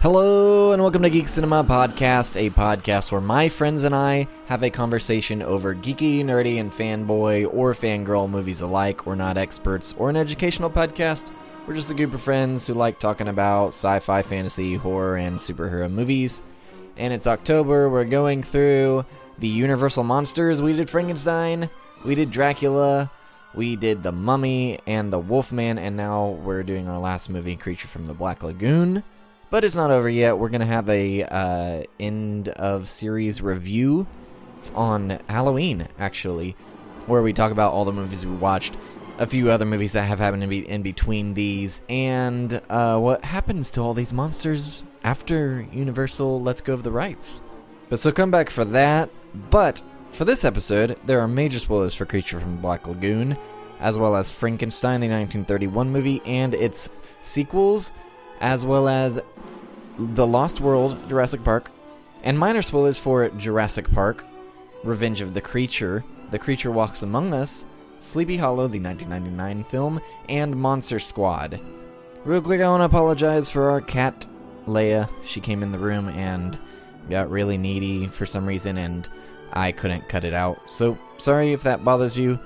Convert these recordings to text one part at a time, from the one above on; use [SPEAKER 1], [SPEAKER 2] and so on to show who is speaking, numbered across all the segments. [SPEAKER 1] Hello, and welcome to Geek Cinema Podcast, a podcast where my friends and I have a conversation over geeky, nerdy, and fanboy or fangirl movies alike. We're not experts or an educational podcast. We're just a group of friends who like talking about sci fi, fantasy, horror, and superhero movies. And it's October. We're going through the Universal Monsters. We did Frankenstein, we did Dracula, we did The Mummy and The Wolfman, and now we're doing our last movie, Creature from the Black Lagoon. But it's not over yet. We're gonna have a uh, end of series review on Halloween, actually, where we talk about all the movies we watched, a few other movies that have happened in, be- in between these, and uh, what happens to all these monsters after Universal lets go of the rights. But so come back for that. But for this episode, there are major spoilers for Creature from the Black Lagoon, as well as Frankenstein, the 1931 movie, and its sequels, as well as The Lost World, Jurassic Park, and minor spoilers for Jurassic Park, Revenge of the Creature, The Creature Walks Among Us, Sleepy Hollow, the 1999 film, and Monster Squad. Real quick, I want to apologize for our cat, Leia. She came in the room and got really needy for some reason, and I couldn't cut it out. So, sorry if that bothers you.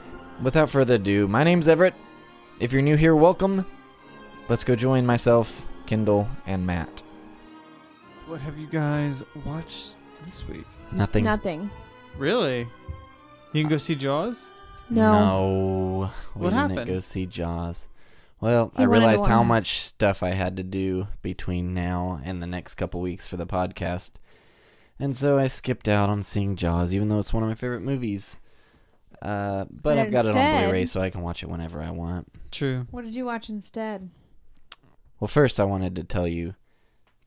[SPEAKER 1] Without further ado, my name's Everett. If you're new here, welcome. Let's go join myself, Kendall, and Matt.
[SPEAKER 2] What have you guys watched this week?
[SPEAKER 1] Nothing.
[SPEAKER 3] Nothing.
[SPEAKER 4] Really? You can go see Jaws?
[SPEAKER 3] No.
[SPEAKER 1] No. We
[SPEAKER 4] What
[SPEAKER 1] didn't
[SPEAKER 4] happened?
[SPEAKER 1] Go see Jaws. Well,
[SPEAKER 3] He
[SPEAKER 1] I
[SPEAKER 3] wanted to
[SPEAKER 1] realized how
[SPEAKER 3] watch-
[SPEAKER 1] much stuff I had to do between now and the next couple weeks for the podcast, and so I skipped out on seeing Jaws, even though it's one of my favorite movies. Uh, but
[SPEAKER 3] But
[SPEAKER 1] I've got it on
[SPEAKER 3] instead-
[SPEAKER 1] Blu-ray, so I can watch it whenever I want.
[SPEAKER 4] True.
[SPEAKER 3] What did you watch instead?
[SPEAKER 1] Well, first I wanted to tell you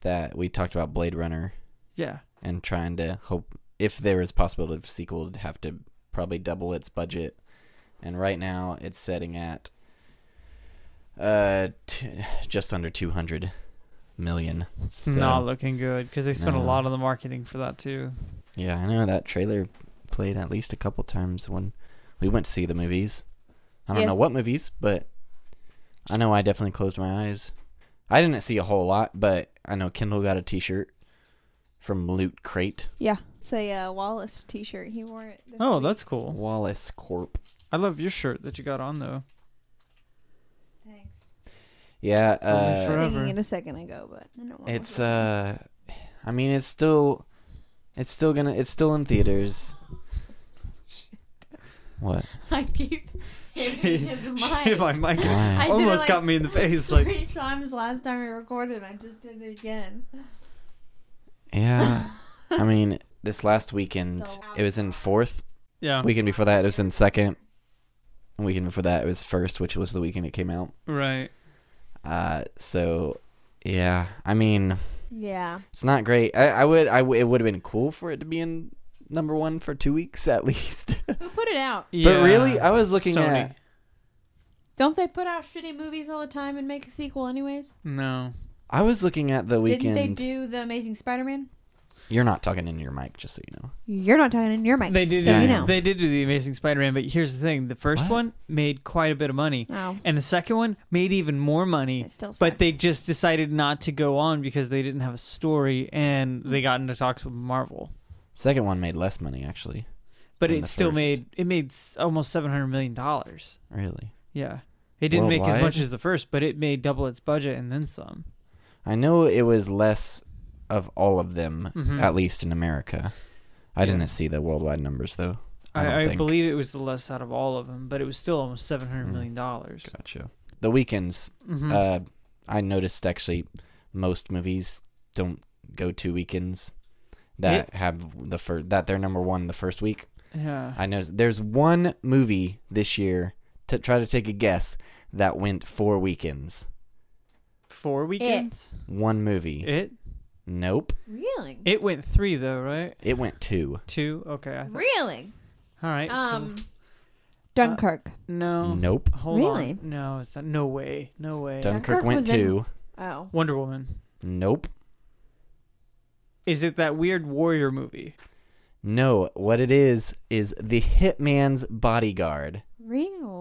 [SPEAKER 1] that we talked about Blade Runner
[SPEAKER 4] Yeah.
[SPEAKER 1] and trying to hope if there is possibility of a sequel it'd have to probably double its budget and right now it's setting at uh t- just under 200 million
[SPEAKER 4] It's
[SPEAKER 1] So-
[SPEAKER 4] not looking good because they spent
[SPEAKER 1] No.
[SPEAKER 4] a lot on the marketing for that too.
[SPEAKER 1] yeah i know that trailer played at least a couple times when we went to see the movies i don't know
[SPEAKER 3] Yes.
[SPEAKER 1] what movies but i know i definitely closed my eyes i didn't see a whole lot but i know kendall got a t-shirt from loot crate
[SPEAKER 3] Yeah. It's a uh, Wallace t shirt. He wore it. This
[SPEAKER 4] Oh,
[SPEAKER 3] week.
[SPEAKER 4] that's cool.
[SPEAKER 1] wallace corp
[SPEAKER 4] I love your shirt that you got on though.
[SPEAKER 3] Thanks.
[SPEAKER 1] yeah
[SPEAKER 4] It's only
[SPEAKER 1] uh,
[SPEAKER 3] I
[SPEAKER 4] for
[SPEAKER 3] was
[SPEAKER 4] Forever.
[SPEAKER 3] singing it a second ago, but I don't want
[SPEAKER 1] It's uh, I mean, it's still, it's still gonna, it's still in theaters. What?
[SPEAKER 3] I keep hitting his
[SPEAKER 4] Shave my
[SPEAKER 3] mic.
[SPEAKER 4] mic.
[SPEAKER 1] Why?
[SPEAKER 3] I did it,
[SPEAKER 4] Almost
[SPEAKER 3] like,
[SPEAKER 4] got me in the face.
[SPEAKER 3] Three
[SPEAKER 4] Like,
[SPEAKER 3] times last time we recorded, I just did it again.
[SPEAKER 1] Yeah, I mean, this last weekend
[SPEAKER 3] So-
[SPEAKER 1] it was in fourth.
[SPEAKER 4] yeah,
[SPEAKER 1] Weekend before that it was in second. Weekend before that it was first, which was the weekend it came out.
[SPEAKER 4] right.
[SPEAKER 1] Uh, so yeah, I mean,
[SPEAKER 3] Yeah.
[SPEAKER 1] it's not great. I, I would, I w- it would have been cool for it to be in number one for two weeks at least.
[SPEAKER 3] Who put it out?
[SPEAKER 1] But really, I was looking
[SPEAKER 4] Sony.
[SPEAKER 1] at.
[SPEAKER 3] Don't they put out shitty movies all the time and make a sequel, anyways?
[SPEAKER 4] No.
[SPEAKER 1] I was looking at the weekend.
[SPEAKER 3] Didn't they do The Amazing Spider Man?
[SPEAKER 1] You're not talking into your mic, just so you know.
[SPEAKER 3] You're not talking in your mic.
[SPEAKER 4] They did.
[SPEAKER 3] So
[SPEAKER 4] do,
[SPEAKER 3] you
[SPEAKER 1] it.
[SPEAKER 3] know.
[SPEAKER 4] They did do the Amazing Spider-Man, but here's the thing: the first
[SPEAKER 1] What?
[SPEAKER 4] one made quite a bit of money,
[SPEAKER 3] oh.
[SPEAKER 4] and the second one made even more money.
[SPEAKER 3] It still
[SPEAKER 4] But
[SPEAKER 3] sucked.
[SPEAKER 4] they just decided not to go on because they didn't have a story, and they got into talks with Marvel.
[SPEAKER 1] Second one made less money, actually.
[SPEAKER 4] but
[SPEAKER 1] than
[SPEAKER 4] it
[SPEAKER 1] the
[SPEAKER 4] still
[SPEAKER 1] first.
[SPEAKER 4] made it made s- almost 700 million dollars
[SPEAKER 1] Really,
[SPEAKER 4] yeah it didn't make as
[SPEAKER 1] Worldwide?
[SPEAKER 4] much as the first but it made double its budget and then some
[SPEAKER 1] I know it was less of all of them,
[SPEAKER 4] Mhm.
[SPEAKER 1] at least in America. I
[SPEAKER 4] Yeah.
[SPEAKER 1] didn't see the worldwide numbers though. I don't
[SPEAKER 4] i, I
[SPEAKER 1] think.
[SPEAKER 4] believe it was the less out of all of them but it was still almost 700 million dollars
[SPEAKER 1] Gotcha. The weekends,
[SPEAKER 4] Mhm.
[SPEAKER 1] uh, I noticed actually, most movies don't go to weekends that have the first that they're number one the first week.
[SPEAKER 4] yeah
[SPEAKER 1] I noticed there's one movie this year to try to take a guess that went four weekends.
[SPEAKER 4] four weekends
[SPEAKER 1] One movie.
[SPEAKER 4] it it,
[SPEAKER 1] Nope.
[SPEAKER 3] Reeling.
[SPEAKER 4] went three though right
[SPEAKER 1] It went two.
[SPEAKER 4] two okay I th-
[SPEAKER 3] Reeling.
[SPEAKER 4] all right
[SPEAKER 3] Um,
[SPEAKER 4] so,
[SPEAKER 3] Dunkirk.
[SPEAKER 4] no
[SPEAKER 1] Nope.
[SPEAKER 4] hold
[SPEAKER 3] Really?
[SPEAKER 4] on no it's not no way no way
[SPEAKER 1] Dunkirk,
[SPEAKER 3] Dunkirk
[SPEAKER 1] went
[SPEAKER 3] was in-
[SPEAKER 1] two.
[SPEAKER 3] oh.
[SPEAKER 4] wonder woman
[SPEAKER 1] Nope.
[SPEAKER 4] is it that weird warrior movie
[SPEAKER 1] No. What it is is the hitman's bodyguard.
[SPEAKER 3] Really?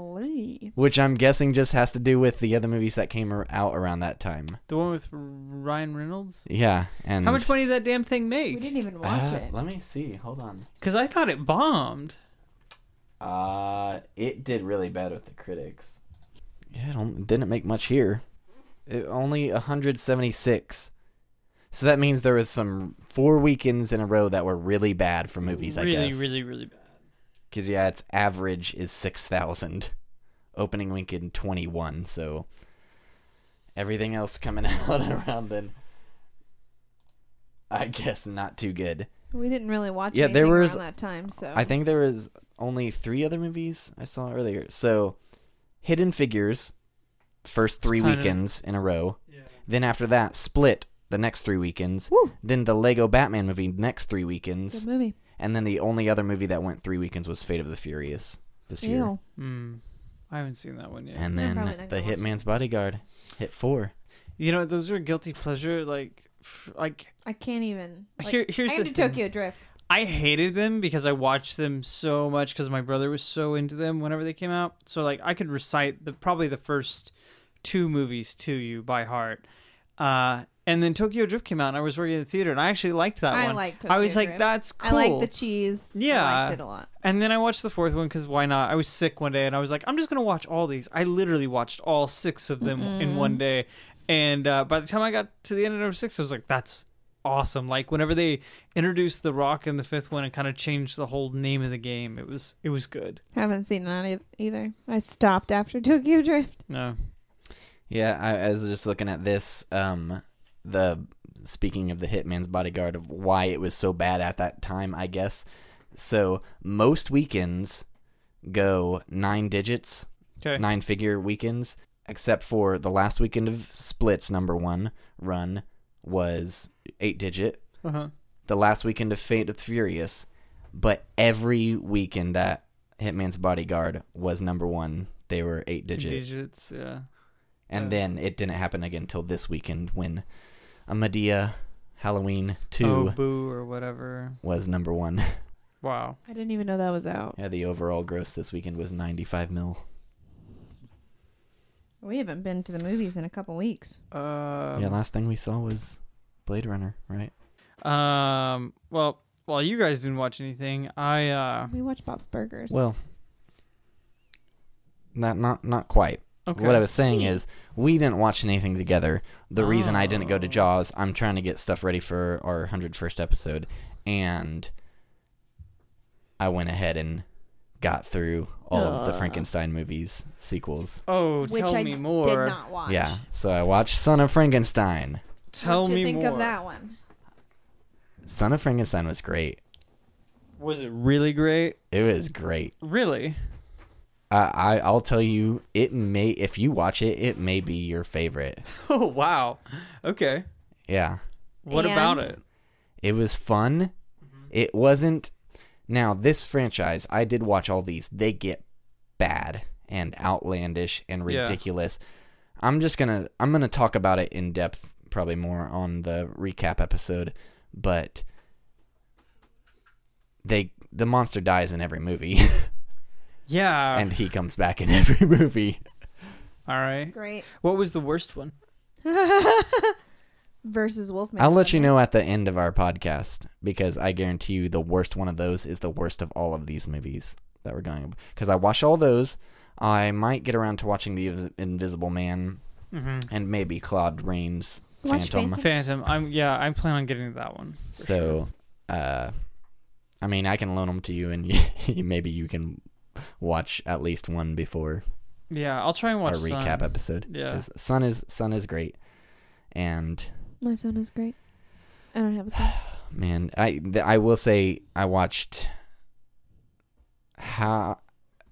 [SPEAKER 3] Hey.
[SPEAKER 1] which I'm guessing just has to do with the other movies that came ar- out around that time.
[SPEAKER 4] The one with R- Ryan Reynolds.
[SPEAKER 1] Yeah, and
[SPEAKER 4] How much money did that damn thing
[SPEAKER 3] We
[SPEAKER 4] make?
[SPEAKER 3] didn't even watch
[SPEAKER 1] Uh,
[SPEAKER 3] it.
[SPEAKER 1] Let me see. Hold on.
[SPEAKER 4] Because I thought it bombed.
[SPEAKER 1] Uh, it did really bad with the critics. Yeah, it on- didn't make much here. It, only 176. So that means there was some four weekends in a row that were really bad for movies.
[SPEAKER 4] really,
[SPEAKER 1] I guess.
[SPEAKER 4] really, really bad.
[SPEAKER 1] Because yeah, its average is six thousand. Opening weekend twenty one. So everything else coming out around then, I guess not too good.
[SPEAKER 3] We didn't really watch
[SPEAKER 1] Yeah,
[SPEAKER 3] yeah,
[SPEAKER 1] there
[SPEAKER 3] anything
[SPEAKER 1] was-
[SPEAKER 3] around that time, so
[SPEAKER 1] I think there was only three other movies I saw earlier. So Hidden Figures, first three
[SPEAKER 4] Kinda-
[SPEAKER 1] weekends in a row.
[SPEAKER 4] Yeah.
[SPEAKER 1] Then after that, Split the next three weekends.
[SPEAKER 3] Woo.
[SPEAKER 1] Then the Lego Batman movie next three weekends.
[SPEAKER 3] good movie.
[SPEAKER 1] And then the only other movie that went three weekends was Fate of the Furious this year.
[SPEAKER 3] Ew.
[SPEAKER 4] Mm. I haven't seen that one yet.
[SPEAKER 1] And
[SPEAKER 3] We're
[SPEAKER 1] then
[SPEAKER 3] probably not
[SPEAKER 1] the
[SPEAKER 3] gonna watch
[SPEAKER 1] Hitman's Bodyguard hit four.
[SPEAKER 4] you know, those are guilty pleasure. Like, f- like
[SPEAKER 3] I can't even. Like,
[SPEAKER 4] here, here's
[SPEAKER 3] I
[SPEAKER 4] the
[SPEAKER 3] am to
[SPEAKER 4] thing.
[SPEAKER 3] Tokyo Drift.
[SPEAKER 4] I hated them because I watched them so much because my brother was so into them whenever they came out. So like I could recite the probably the first two movies to you by heart. Uh, and then Tokyo Drift came out, and I was working in the theater, and I actually liked that
[SPEAKER 3] I
[SPEAKER 4] one.
[SPEAKER 3] liked
[SPEAKER 4] I was
[SPEAKER 3] Tokyo
[SPEAKER 4] like,
[SPEAKER 3] Drift.
[SPEAKER 4] "That's cool."
[SPEAKER 3] I like the cheese. I
[SPEAKER 4] Yeah.
[SPEAKER 3] liked it a lot.
[SPEAKER 4] and then I watched the fourth one because why not? I was sick one day, and I was like, "I'm just gonna watch all these." I literally watched all six of them in one day, and uh, by the time I got to the end of number six, I was like, "That's awesome!" Like whenever they introduced the Rock in the fifth one and kind of changed the whole name of the game, it was it was good.
[SPEAKER 3] Haven't seen that e- either. I stopped after Tokyo Drift.
[SPEAKER 4] No,
[SPEAKER 1] Yeah, I, I was just looking at this. Um, the speaking of the Hitman's Bodyguard of why it was so bad at that time, I guess. So most weekends go nine digits,
[SPEAKER 4] okay,
[SPEAKER 1] nine figure weekends, except for the last weekend of Splits number one run was eight digit.
[SPEAKER 4] uh-huh.
[SPEAKER 1] the last weekend of Fate of the Furious, but every weekend that Hitman's Bodyguard was number one, they were eight digit.
[SPEAKER 4] digits, yeah.
[SPEAKER 1] and
[SPEAKER 4] uh,
[SPEAKER 1] then it didn't happen again until this weekend when a Medea Halloween 2
[SPEAKER 4] Oh, boo or whatever.
[SPEAKER 1] was number one.
[SPEAKER 4] Wow.
[SPEAKER 3] I didn't even know that was out.
[SPEAKER 1] yeah, the overall gross this weekend was 95 mil.
[SPEAKER 3] We haven't been to the movies in a couple weeks.
[SPEAKER 4] Um,
[SPEAKER 1] yeah, last thing we saw was Blade Runner, right?
[SPEAKER 4] um. Well, well, you guys didn't watch anything. I uh.
[SPEAKER 3] We watched Bob's Burgers.
[SPEAKER 1] Well, not not not quite.
[SPEAKER 4] Okay.
[SPEAKER 1] What I was saying is, we didn't watch anything together. The reason I didn't go to
[SPEAKER 4] Oh.
[SPEAKER 1] Jaws, I'm trying to get stuff ready for our 101st episode, and I went ahead and got through all of the
[SPEAKER 3] Ugh.
[SPEAKER 1] Frankenstein movies sequels.
[SPEAKER 4] Oh,
[SPEAKER 3] which
[SPEAKER 4] tell
[SPEAKER 3] I
[SPEAKER 4] me more.
[SPEAKER 3] did not watch.
[SPEAKER 1] Yeah, so I watched Son of Frankenstein.
[SPEAKER 4] Tell
[SPEAKER 3] what
[SPEAKER 4] me
[SPEAKER 3] you think
[SPEAKER 4] more.
[SPEAKER 3] of that one?
[SPEAKER 1] Son of Frankenstein was great.
[SPEAKER 4] Was it really great?
[SPEAKER 1] It was great.
[SPEAKER 4] Really?
[SPEAKER 1] I, I I'll tell you, it may if you watch it, it may be your favorite.
[SPEAKER 4] Oh wow. Okay.
[SPEAKER 1] Yeah.
[SPEAKER 4] What about
[SPEAKER 3] And-
[SPEAKER 4] it?
[SPEAKER 1] It was fun. It wasn't. Now, this franchise, I did watch all these. They get bad and outlandish and
[SPEAKER 4] Yeah.
[SPEAKER 1] ridiculous. I'm just going to I'm going to talk about it in depth probably more on the recap episode, but they the monster dies in every movie
[SPEAKER 4] Yeah.
[SPEAKER 1] and he comes back in every movie.
[SPEAKER 4] All right.
[SPEAKER 3] Great.
[SPEAKER 4] What was the worst one?
[SPEAKER 3] Versus Wolfman.
[SPEAKER 1] I'll let you know at the end of our podcast because I guarantee you the worst one of those is the worst of all of these movies that we're going because I watch all those. I might get around to watching the Invis- Invisible Man
[SPEAKER 4] Mm-hmm.
[SPEAKER 1] and maybe Claude Rains
[SPEAKER 3] Watch
[SPEAKER 1] Phantom.
[SPEAKER 3] Phantom.
[SPEAKER 4] Phantom. I'm yeah. I plan on getting to that one. for sure.
[SPEAKER 1] So, uh, I mean, I can loan them to you, and you, maybe you can watch at least one before
[SPEAKER 4] yeah, I'll try and watch
[SPEAKER 1] our recap
[SPEAKER 4] Sun.
[SPEAKER 1] episode.
[SPEAKER 4] Yeah.
[SPEAKER 1] 'Cause Sun is Sun is great, and
[SPEAKER 3] My son is great. I don't have a son.
[SPEAKER 1] Man, I th- I will say I watched how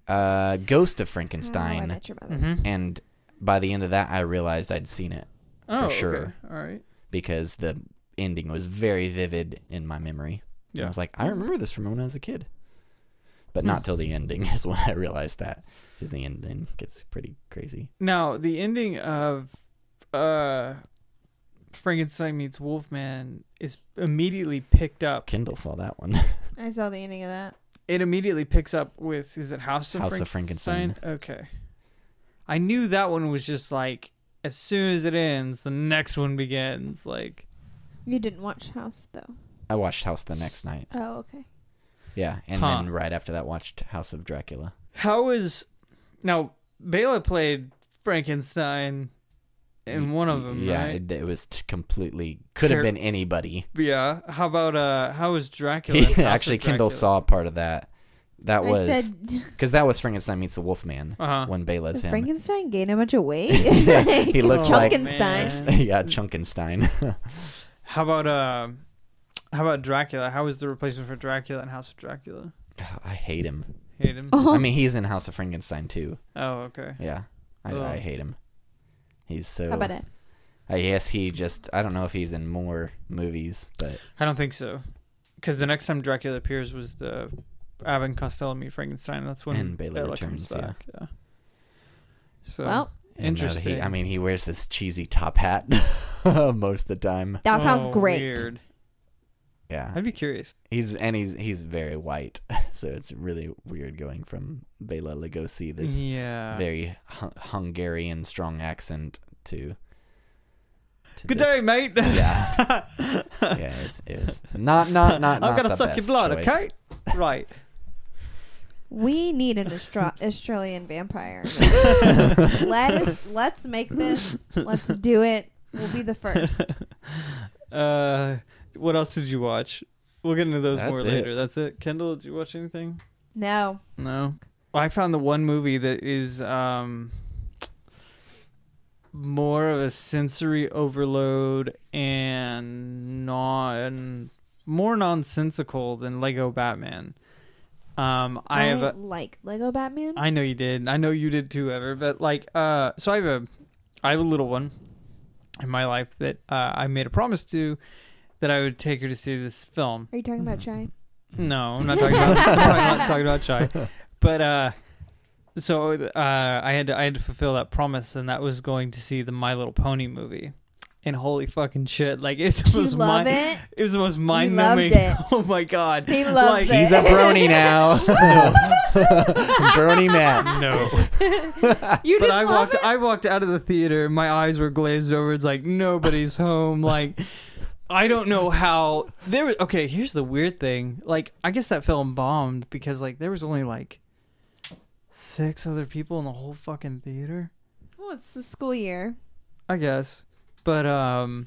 [SPEAKER 1] uh Ghost of
[SPEAKER 3] Oh, I
[SPEAKER 1] Frankenstein
[SPEAKER 3] met your mother.
[SPEAKER 4] Mm-hmm.
[SPEAKER 1] and by the end of that I realized I'd seen it
[SPEAKER 4] Oh,
[SPEAKER 1] sure.
[SPEAKER 4] Okay. All right.
[SPEAKER 1] because the ending was very vivid in my memory. And I
[SPEAKER 4] Yeah.
[SPEAKER 1] was like, I remember this from when I was a kid. But
[SPEAKER 4] Hmm.
[SPEAKER 1] not till the ending is when I realized that cuz the ending gets pretty crazy.
[SPEAKER 4] Now the ending of uh, Frankenstein meets Wolfman is immediately picked up.
[SPEAKER 1] Kendall saw that one.
[SPEAKER 3] I saw the ending of that.
[SPEAKER 4] It immediately picks up with is it House of
[SPEAKER 1] House of
[SPEAKER 4] Frankenstein?
[SPEAKER 1] Frankenstein.
[SPEAKER 4] Okay. I knew that one was just like as soon as it ends, the next one begins. Like
[SPEAKER 3] You didn't watch House though.
[SPEAKER 1] I watched House the next night.
[SPEAKER 3] Oh, okay.
[SPEAKER 1] Yeah, and
[SPEAKER 4] Huh.
[SPEAKER 1] then right after that, watched House of Dracula.
[SPEAKER 4] how is now Bela played Frankenstein in one of them,
[SPEAKER 1] yeah,
[SPEAKER 4] right?
[SPEAKER 1] it, it was t- completely could have
[SPEAKER 4] Ter-
[SPEAKER 1] been anybody.
[SPEAKER 4] yeah. How about uh how is Dracula? in House of
[SPEAKER 1] Actually, Kendall
[SPEAKER 4] Dracula?
[SPEAKER 1] saw part of that. That was
[SPEAKER 3] I said
[SPEAKER 1] because that was Frankenstein meets the Wolfman
[SPEAKER 4] Uh-huh.
[SPEAKER 1] when Bela's him.
[SPEAKER 3] Frankenstein gained a bunch of weight.
[SPEAKER 1] He looks like-
[SPEAKER 3] Frankenstein.
[SPEAKER 4] Man.
[SPEAKER 1] yeah, Chunkenstein.
[SPEAKER 4] How about uh how about Dracula? How is the replacement for Dracula in House of Dracula?
[SPEAKER 1] I hate him.
[SPEAKER 4] Hate him.
[SPEAKER 3] Oh,
[SPEAKER 1] I mean, he's in House of Frankenstein too.
[SPEAKER 4] Oh, okay.
[SPEAKER 1] Yeah, I,
[SPEAKER 4] Ugh.
[SPEAKER 1] I hate him. He's so.
[SPEAKER 3] how about it?
[SPEAKER 1] I guess he just. I don't know if he's in more movies, but
[SPEAKER 4] I don't think so. Because the next time Dracula appears was the Abbott and Costello meet Frankenstein. and That's when
[SPEAKER 1] And Bela returns,
[SPEAKER 4] comes
[SPEAKER 1] yeah.
[SPEAKER 4] back. Yeah. So
[SPEAKER 1] and now
[SPEAKER 3] Well,
[SPEAKER 1] that he-
[SPEAKER 4] Interesting.
[SPEAKER 1] I mean, he wears this cheesy top hat most of the time.
[SPEAKER 3] that sounds
[SPEAKER 4] Oh,
[SPEAKER 3] great.
[SPEAKER 4] Weird.
[SPEAKER 1] Yeah,
[SPEAKER 4] I'd be curious.
[SPEAKER 1] he's and he's he's very white, so it's really weird going from Bela Lugosi, this
[SPEAKER 4] yeah.
[SPEAKER 1] very hu- Hungarian strong accent, to. to
[SPEAKER 4] Good
[SPEAKER 1] this.
[SPEAKER 4] day, mate.
[SPEAKER 1] Yeah. Yeah, it's, it's not not not.
[SPEAKER 4] I'm
[SPEAKER 1] not
[SPEAKER 4] gonna
[SPEAKER 1] the
[SPEAKER 4] suck your
[SPEAKER 1] best
[SPEAKER 4] blood,
[SPEAKER 1] choice.
[SPEAKER 4] okay? Right.
[SPEAKER 3] We need an Austra- Australian vampire. Let us let's make this. Let's do it. We'll be the first.
[SPEAKER 4] Uh, what else did you watch? We'll get into those
[SPEAKER 1] That's
[SPEAKER 4] more
[SPEAKER 1] it.
[SPEAKER 4] later. That's it. Kendall, did you watch anything?
[SPEAKER 3] No.
[SPEAKER 4] No. I found the one movie that is um more of a sensory overload and non more nonsensical than Lego Batman. Um I, have a
[SPEAKER 3] like Lego Batman.
[SPEAKER 4] I know you did. I know you did too, Ever. But like, uh, so I have a, I have a little one in my life that uh, I made a promise to that I would take her to see this film.
[SPEAKER 3] Are you talking about Chai?
[SPEAKER 4] No, I'm not talking about. I'm not, not talking about shy. But uh, so uh, I had to, I had to fulfill that promise, and that was going to see the My Little Pony movie. And holy fucking shit! Like it's
[SPEAKER 3] Did you
[SPEAKER 4] was
[SPEAKER 3] love
[SPEAKER 4] mind,
[SPEAKER 3] it?
[SPEAKER 4] was the most
[SPEAKER 3] loved
[SPEAKER 4] mind numbing.
[SPEAKER 3] it.
[SPEAKER 4] Oh my god!
[SPEAKER 3] He loves
[SPEAKER 4] like,
[SPEAKER 3] it.
[SPEAKER 1] He's a brony now. brony Matt.
[SPEAKER 4] No.
[SPEAKER 3] You
[SPEAKER 4] But
[SPEAKER 3] didn't
[SPEAKER 4] I
[SPEAKER 3] love
[SPEAKER 4] walked I walked out of the theater and my eyes were glazed over. It's like nobody's home. Like I don't know how there was okay, here's the weird thing. Like I guess that film bombed because like there was only like six other people in the whole fucking theater.
[SPEAKER 3] Well, it's the school year,
[SPEAKER 4] I guess. But um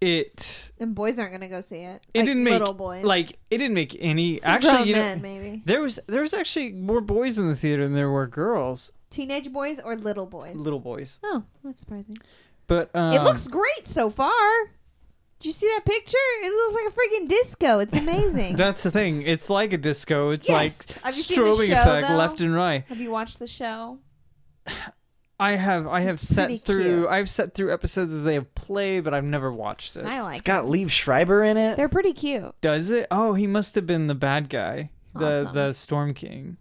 [SPEAKER 4] it
[SPEAKER 3] and boys aren't gonna go see it.
[SPEAKER 4] it
[SPEAKER 3] Like,
[SPEAKER 4] didn't make
[SPEAKER 3] little boys.
[SPEAKER 4] like it didn't make any
[SPEAKER 3] Some grown
[SPEAKER 4] actually you know,
[SPEAKER 3] men, maybe
[SPEAKER 4] there was there was actually more boys in the theater than there were girls.
[SPEAKER 3] teenage boys or little boys.
[SPEAKER 4] Little boys.
[SPEAKER 3] Oh, that's surprising.
[SPEAKER 4] But um,
[SPEAKER 3] it looks great so far. Did you see that picture? It looks like a freaking disco. It's amazing.
[SPEAKER 4] That's the thing. It's like a disco. It's
[SPEAKER 3] Yes.
[SPEAKER 4] like
[SPEAKER 3] Have you seen the
[SPEAKER 4] strobing
[SPEAKER 3] show,
[SPEAKER 4] effect
[SPEAKER 3] though?
[SPEAKER 4] left and right.
[SPEAKER 3] Have you watched the show?
[SPEAKER 4] I have I have
[SPEAKER 3] It's
[SPEAKER 4] set
[SPEAKER 3] pretty
[SPEAKER 4] through
[SPEAKER 3] cute.
[SPEAKER 4] I've set through episodes that they have played, but I've never watched it.
[SPEAKER 3] I like.
[SPEAKER 1] It's got Liev Schreiber in
[SPEAKER 3] it.
[SPEAKER 1] it.
[SPEAKER 3] They're pretty cute.
[SPEAKER 4] Does it? Oh, he must have been the bad guy. The
[SPEAKER 3] Awesome.
[SPEAKER 4] the Storm King.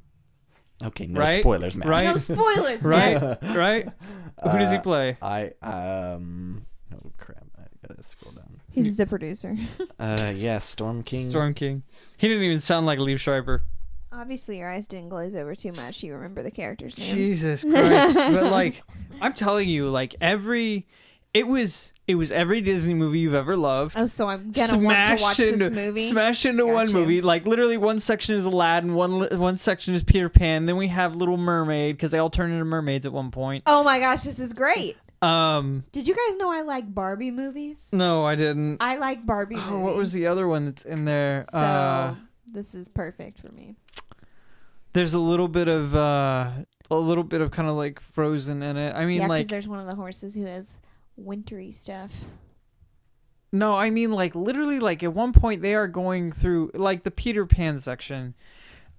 [SPEAKER 1] Okay, no
[SPEAKER 4] Right?
[SPEAKER 1] spoilers, Matt.
[SPEAKER 4] Right?
[SPEAKER 3] No spoilers, man.
[SPEAKER 4] Right? right? Who does he play?
[SPEAKER 1] Uh, I um. Oh crap! I gotta scroll down.
[SPEAKER 3] He's the producer.
[SPEAKER 1] Uh, yeah, Storm King.
[SPEAKER 4] Storm King. He didn't even sound like Liev Schreiber.
[SPEAKER 3] Obviously, your eyes didn't glaze over too much. You remember the characters' names.
[SPEAKER 4] Jesus Christ. but like I'm telling you, like every it was it was every Disney movie you've ever loved.
[SPEAKER 3] Oh, so I'm gonna want to watch this movie.
[SPEAKER 4] Smash into
[SPEAKER 3] Got
[SPEAKER 4] one
[SPEAKER 3] you.
[SPEAKER 4] movie. Like literally, one section is Aladdin, one li- one section is Peter Pan. Then we have Little Mermaid because they all turn into mermaids at one point.
[SPEAKER 3] Oh my gosh, this is great.
[SPEAKER 4] Um,
[SPEAKER 3] Did you guys know I like Barbie movies?
[SPEAKER 4] no, I didn't.
[SPEAKER 3] I like Barbie movies.
[SPEAKER 4] Oh, what was the other one that's in there?
[SPEAKER 3] So
[SPEAKER 4] Uh,
[SPEAKER 3] this is perfect for me.
[SPEAKER 4] there's a little bit of uh, a little bit of kind of like Frozen in it. I mean,
[SPEAKER 3] yeah, because
[SPEAKER 4] like
[SPEAKER 3] there's one of the horses who has wintry stuff.
[SPEAKER 4] no, I mean like literally like at one point they are going through like the Peter Pan section.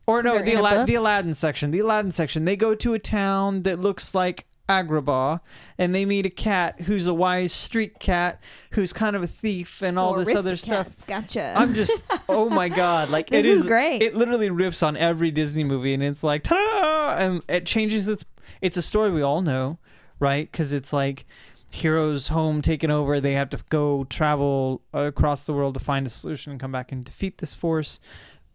[SPEAKER 4] Or
[SPEAKER 3] So
[SPEAKER 4] no,
[SPEAKER 3] they're
[SPEAKER 4] the,
[SPEAKER 3] in a
[SPEAKER 4] Ala-
[SPEAKER 3] book?
[SPEAKER 4] the Aladdin section. The Aladdin section. They go to a town that looks like Agrabah, and they meet a cat who's a wise street cat who's kind of a thief and
[SPEAKER 3] So
[SPEAKER 4] all this other stuff.
[SPEAKER 3] Aristocats, Gotcha.
[SPEAKER 4] I'm just, oh my god! Like
[SPEAKER 3] This
[SPEAKER 4] it
[SPEAKER 3] is
[SPEAKER 4] is,
[SPEAKER 3] great.
[SPEAKER 4] It literally riffs on every Disney movie, and it's like ta and it changes its. It's a story we all know, right? Because it's like heroes home taken over. They have to go travel across the world to find a solution and come back and defeat this force.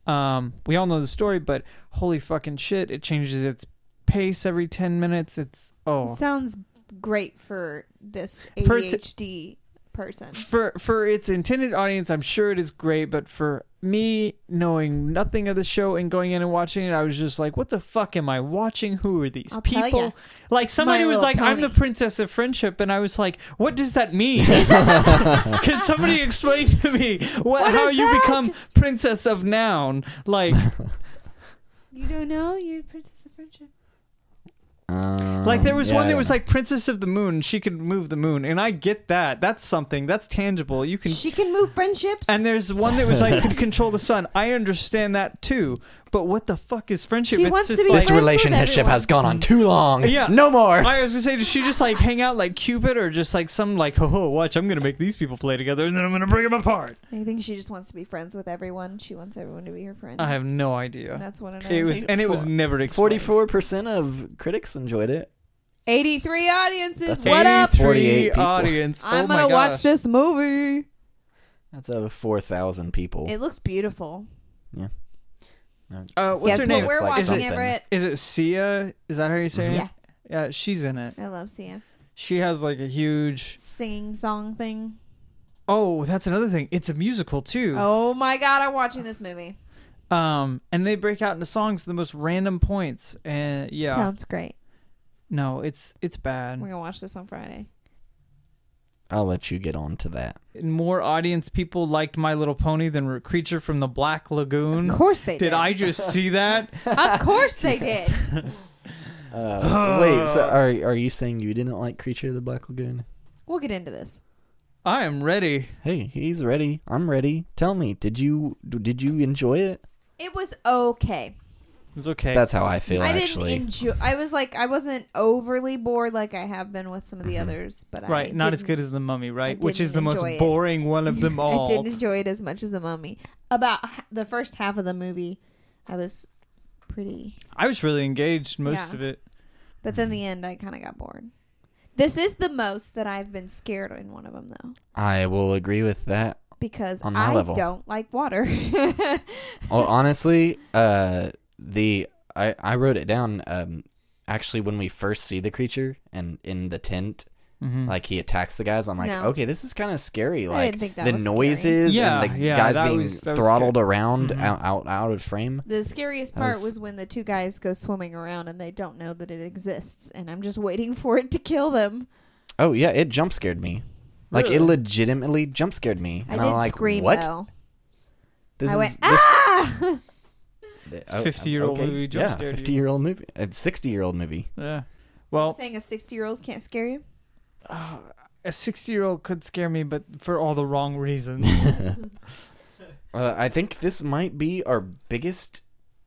[SPEAKER 4] Um, we all know the story, but holy fucking shit! It changes its pace every 10 minutes. It's oh.
[SPEAKER 3] Sounds great for this
[SPEAKER 4] For it to-
[SPEAKER 3] ADHD person.
[SPEAKER 4] For for its intended audience, I'm sure it is great, but for me knowing nothing of the show and going in and watching it, I was just like, what the fuck am I watching? Who are these
[SPEAKER 3] I'll tell ya.
[SPEAKER 4] people? Like somebody
[SPEAKER 3] My
[SPEAKER 4] was like,
[SPEAKER 3] Little
[SPEAKER 4] I'm
[SPEAKER 3] Pony.
[SPEAKER 4] the princess of friendship and I was like, what does that mean? Can somebody explain to me what, how
[SPEAKER 3] is
[SPEAKER 4] you
[SPEAKER 3] that?
[SPEAKER 4] become princess of noun? Like
[SPEAKER 3] You don't know? You princess of friendship.
[SPEAKER 1] Um,
[SPEAKER 4] Like there was
[SPEAKER 1] yeah,
[SPEAKER 4] one
[SPEAKER 1] I
[SPEAKER 4] that
[SPEAKER 1] don't
[SPEAKER 4] was like Princess of the Moon. She could move the moon, and I get that. That's something. That's tangible. You can.
[SPEAKER 3] She can move friendships.
[SPEAKER 4] And there's one that was like could control the sun. I understand that too. But what the fuck is friendship?
[SPEAKER 3] She wants to be
[SPEAKER 1] know.
[SPEAKER 4] like.
[SPEAKER 1] this
[SPEAKER 3] friends with
[SPEAKER 1] relationship
[SPEAKER 3] everyone.
[SPEAKER 1] has gone on too long.
[SPEAKER 4] Yeah.
[SPEAKER 1] No more.
[SPEAKER 4] I was gonna say, does she just like hang out like Cupid, or just like some like, ho ho, watch, I'm gonna make these people play together, and then I'm gonna bring them apart.
[SPEAKER 3] I think she just wants to be friends with everyone. She wants everyone to be her friend.
[SPEAKER 4] I have no idea.
[SPEAKER 3] That's what it is.
[SPEAKER 4] It was, and it was never explained.
[SPEAKER 1] Forty-four percent of critics enjoyed it.
[SPEAKER 3] 83 audiences.
[SPEAKER 1] That's
[SPEAKER 3] what up?
[SPEAKER 1] 48
[SPEAKER 4] Forty-eight
[SPEAKER 1] people.
[SPEAKER 4] audience.
[SPEAKER 3] I'm
[SPEAKER 4] oh my
[SPEAKER 3] gonna watch
[SPEAKER 4] gosh.
[SPEAKER 3] this movie.
[SPEAKER 1] That's over four thousand people.
[SPEAKER 3] It looks beautiful.
[SPEAKER 4] Uh, what's
[SPEAKER 3] yes,
[SPEAKER 4] her
[SPEAKER 3] but
[SPEAKER 4] name?
[SPEAKER 3] we're
[SPEAKER 1] It's like
[SPEAKER 3] watching
[SPEAKER 1] something.
[SPEAKER 3] it, Brett.
[SPEAKER 4] Is it Sia? Is that how you say it?
[SPEAKER 3] Yeah,
[SPEAKER 4] Yeah, she's in it.
[SPEAKER 3] I love Sam.
[SPEAKER 4] She has like a huge.
[SPEAKER 3] Singing song thing.
[SPEAKER 4] Oh, that's another thing. It's a musical too.
[SPEAKER 3] Oh my god, I'm watching this movie.
[SPEAKER 4] Um, and they break out into songs at the most random points. And yeah,
[SPEAKER 3] Sounds great.
[SPEAKER 4] no, it's it's bad.
[SPEAKER 3] We're gonna watch this on Friday.
[SPEAKER 1] I'll let you get on to that.
[SPEAKER 4] More audience people liked My Little Pony than Re- Creature from the Black Lagoon.
[SPEAKER 3] Of course they
[SPEAKER 4] Did
[SPEAKER 3] did.
[SPEAKER 4] I just see that?
[SPEAKER 3] of course they did.
[SPEAKER 1] Uh, wait, so are are you saying you didn't like Creature of the Black Lagoon?
[SPEAKER 3] We'll get into this.
[SPEAKER 4] I am ready.
[SPEAKER 1] Hey, he's ready. I'm ready. Tell me, did you did you enjoy it?
[SPEAKER 3] It was okay.
[SPEAKER 4] It's okay.
[SPEAKER 1] That's how I feel.
[SPEAKER 3] I didn't
[SPEAKER 1] actually,
[SPEAKER 3] enjoy. I was like, I wasn't overly bored like I have been with some of the
[SPEAKER 4] Mm-hmm.
[SPEAKER 3] others, but I
[SPEAKER 4] right. Not as
[SPEAKER 3] didn't-
[SPEAKER 4] good as the Mummy, right? Which is
[SPEAKER 3] didn't
[SPEAKER 4] the most
[SPEAKER 3] enjoy it.
[SPEAKER 4] boring one of them all.
[SPEAKER 3] I didn't enjoy it as much as the Mummy. About h- the first half of the movie, I was pretty,
[SPEAKER 4] I was really engaged most
[SPEAKER 3] Yeah.
[SPEAKER 4] of it.
[SPEAKER 3] but then the end, I kind of got bored. This is the most that I've been scared in one of them though,
[SPEAKER 1] I will agree with that.
[SPEAKER 3] because
[SPEAKER 1] On my
[SPEAKER 3] I
[SPEAKER 1] level.
[SPEAKER 3] don't like water.
[SPEAKER 1] Well, honestly, uh, the I I wrote it down. Um, actually, when we first see the creature and in the tent,
[SPEAKER 4] Mhm.
[SPEAKER 1] like he attacks the guys. I'm like,
[SPEAKER 3] Mm-hmm. No.
[SPEAKER 1] okay, this is kind of scary.
[SPEAKER 3] I
[SPEAKER 1] Like
[SPEAKER 3] didn't think that
[SPEAKER 1] the
[SPEAKER 3] was scary.
[SPEAKER 1] noises
[SPEAKER 4] Yeah,
[SPEAKER 1] and the
[SPEAKER 4] yeah,
[SPEAKER 1] guys
[SPEAKER 4] that
[SPEAKER 1] being
[SPEAKER 4] was- that was
[SPEAKER 1] throttled
[SPEAKER 4] scary.
[SPEAKER 1] around
[SPEAKER 4] Mhm.
[SPEAKER 1] out, out out of frame.
[SPEAKER 3] the scariest
[SPEAKER 1] That
[SPEAKER 3] part
[SPEAKER 1] was-
[SPEAKER 3] was when the two guys go swimming around and they don't know that it exists, and I'm just waiting for it to kill them.
[SPEAKER 1] Oh yeah, it jump scared me. Like it
[SPEAKER 4] Really?
[SPEAKER 1] legitimately jump scared me.
[SPEAKER 3] I
[SPEAKER 1] and
[SPEAKER 3] did
[SPEAKER 1] I'm like,
[SPEAKER 3] scream
[SPEAKER 1] what?
[SPEAKER 3] though.
[SPEAKER 1] This
[SPEAKER 3] I went
[SPEAKER 1] this-
[SPEAKER 3] ah.
[SPEAKER 1] th- oh,
[SPEAKER 4] 50-year-old movie jump
[SPEAKER 1] yeah,
[SPEAKER 4] scared you.
[SPEAKER 1] Fifty year old movie. A sixty year old movie.
[SPEAKER 4] Yeah. Well,
[SPEAKER 3] Saying a sixty-year-old can't scare you.
[SPEAKER 4] a 60 year old could scare me, but for all the wrong reasons.
[SPEAKER 1] Uh, I think this might be our biggest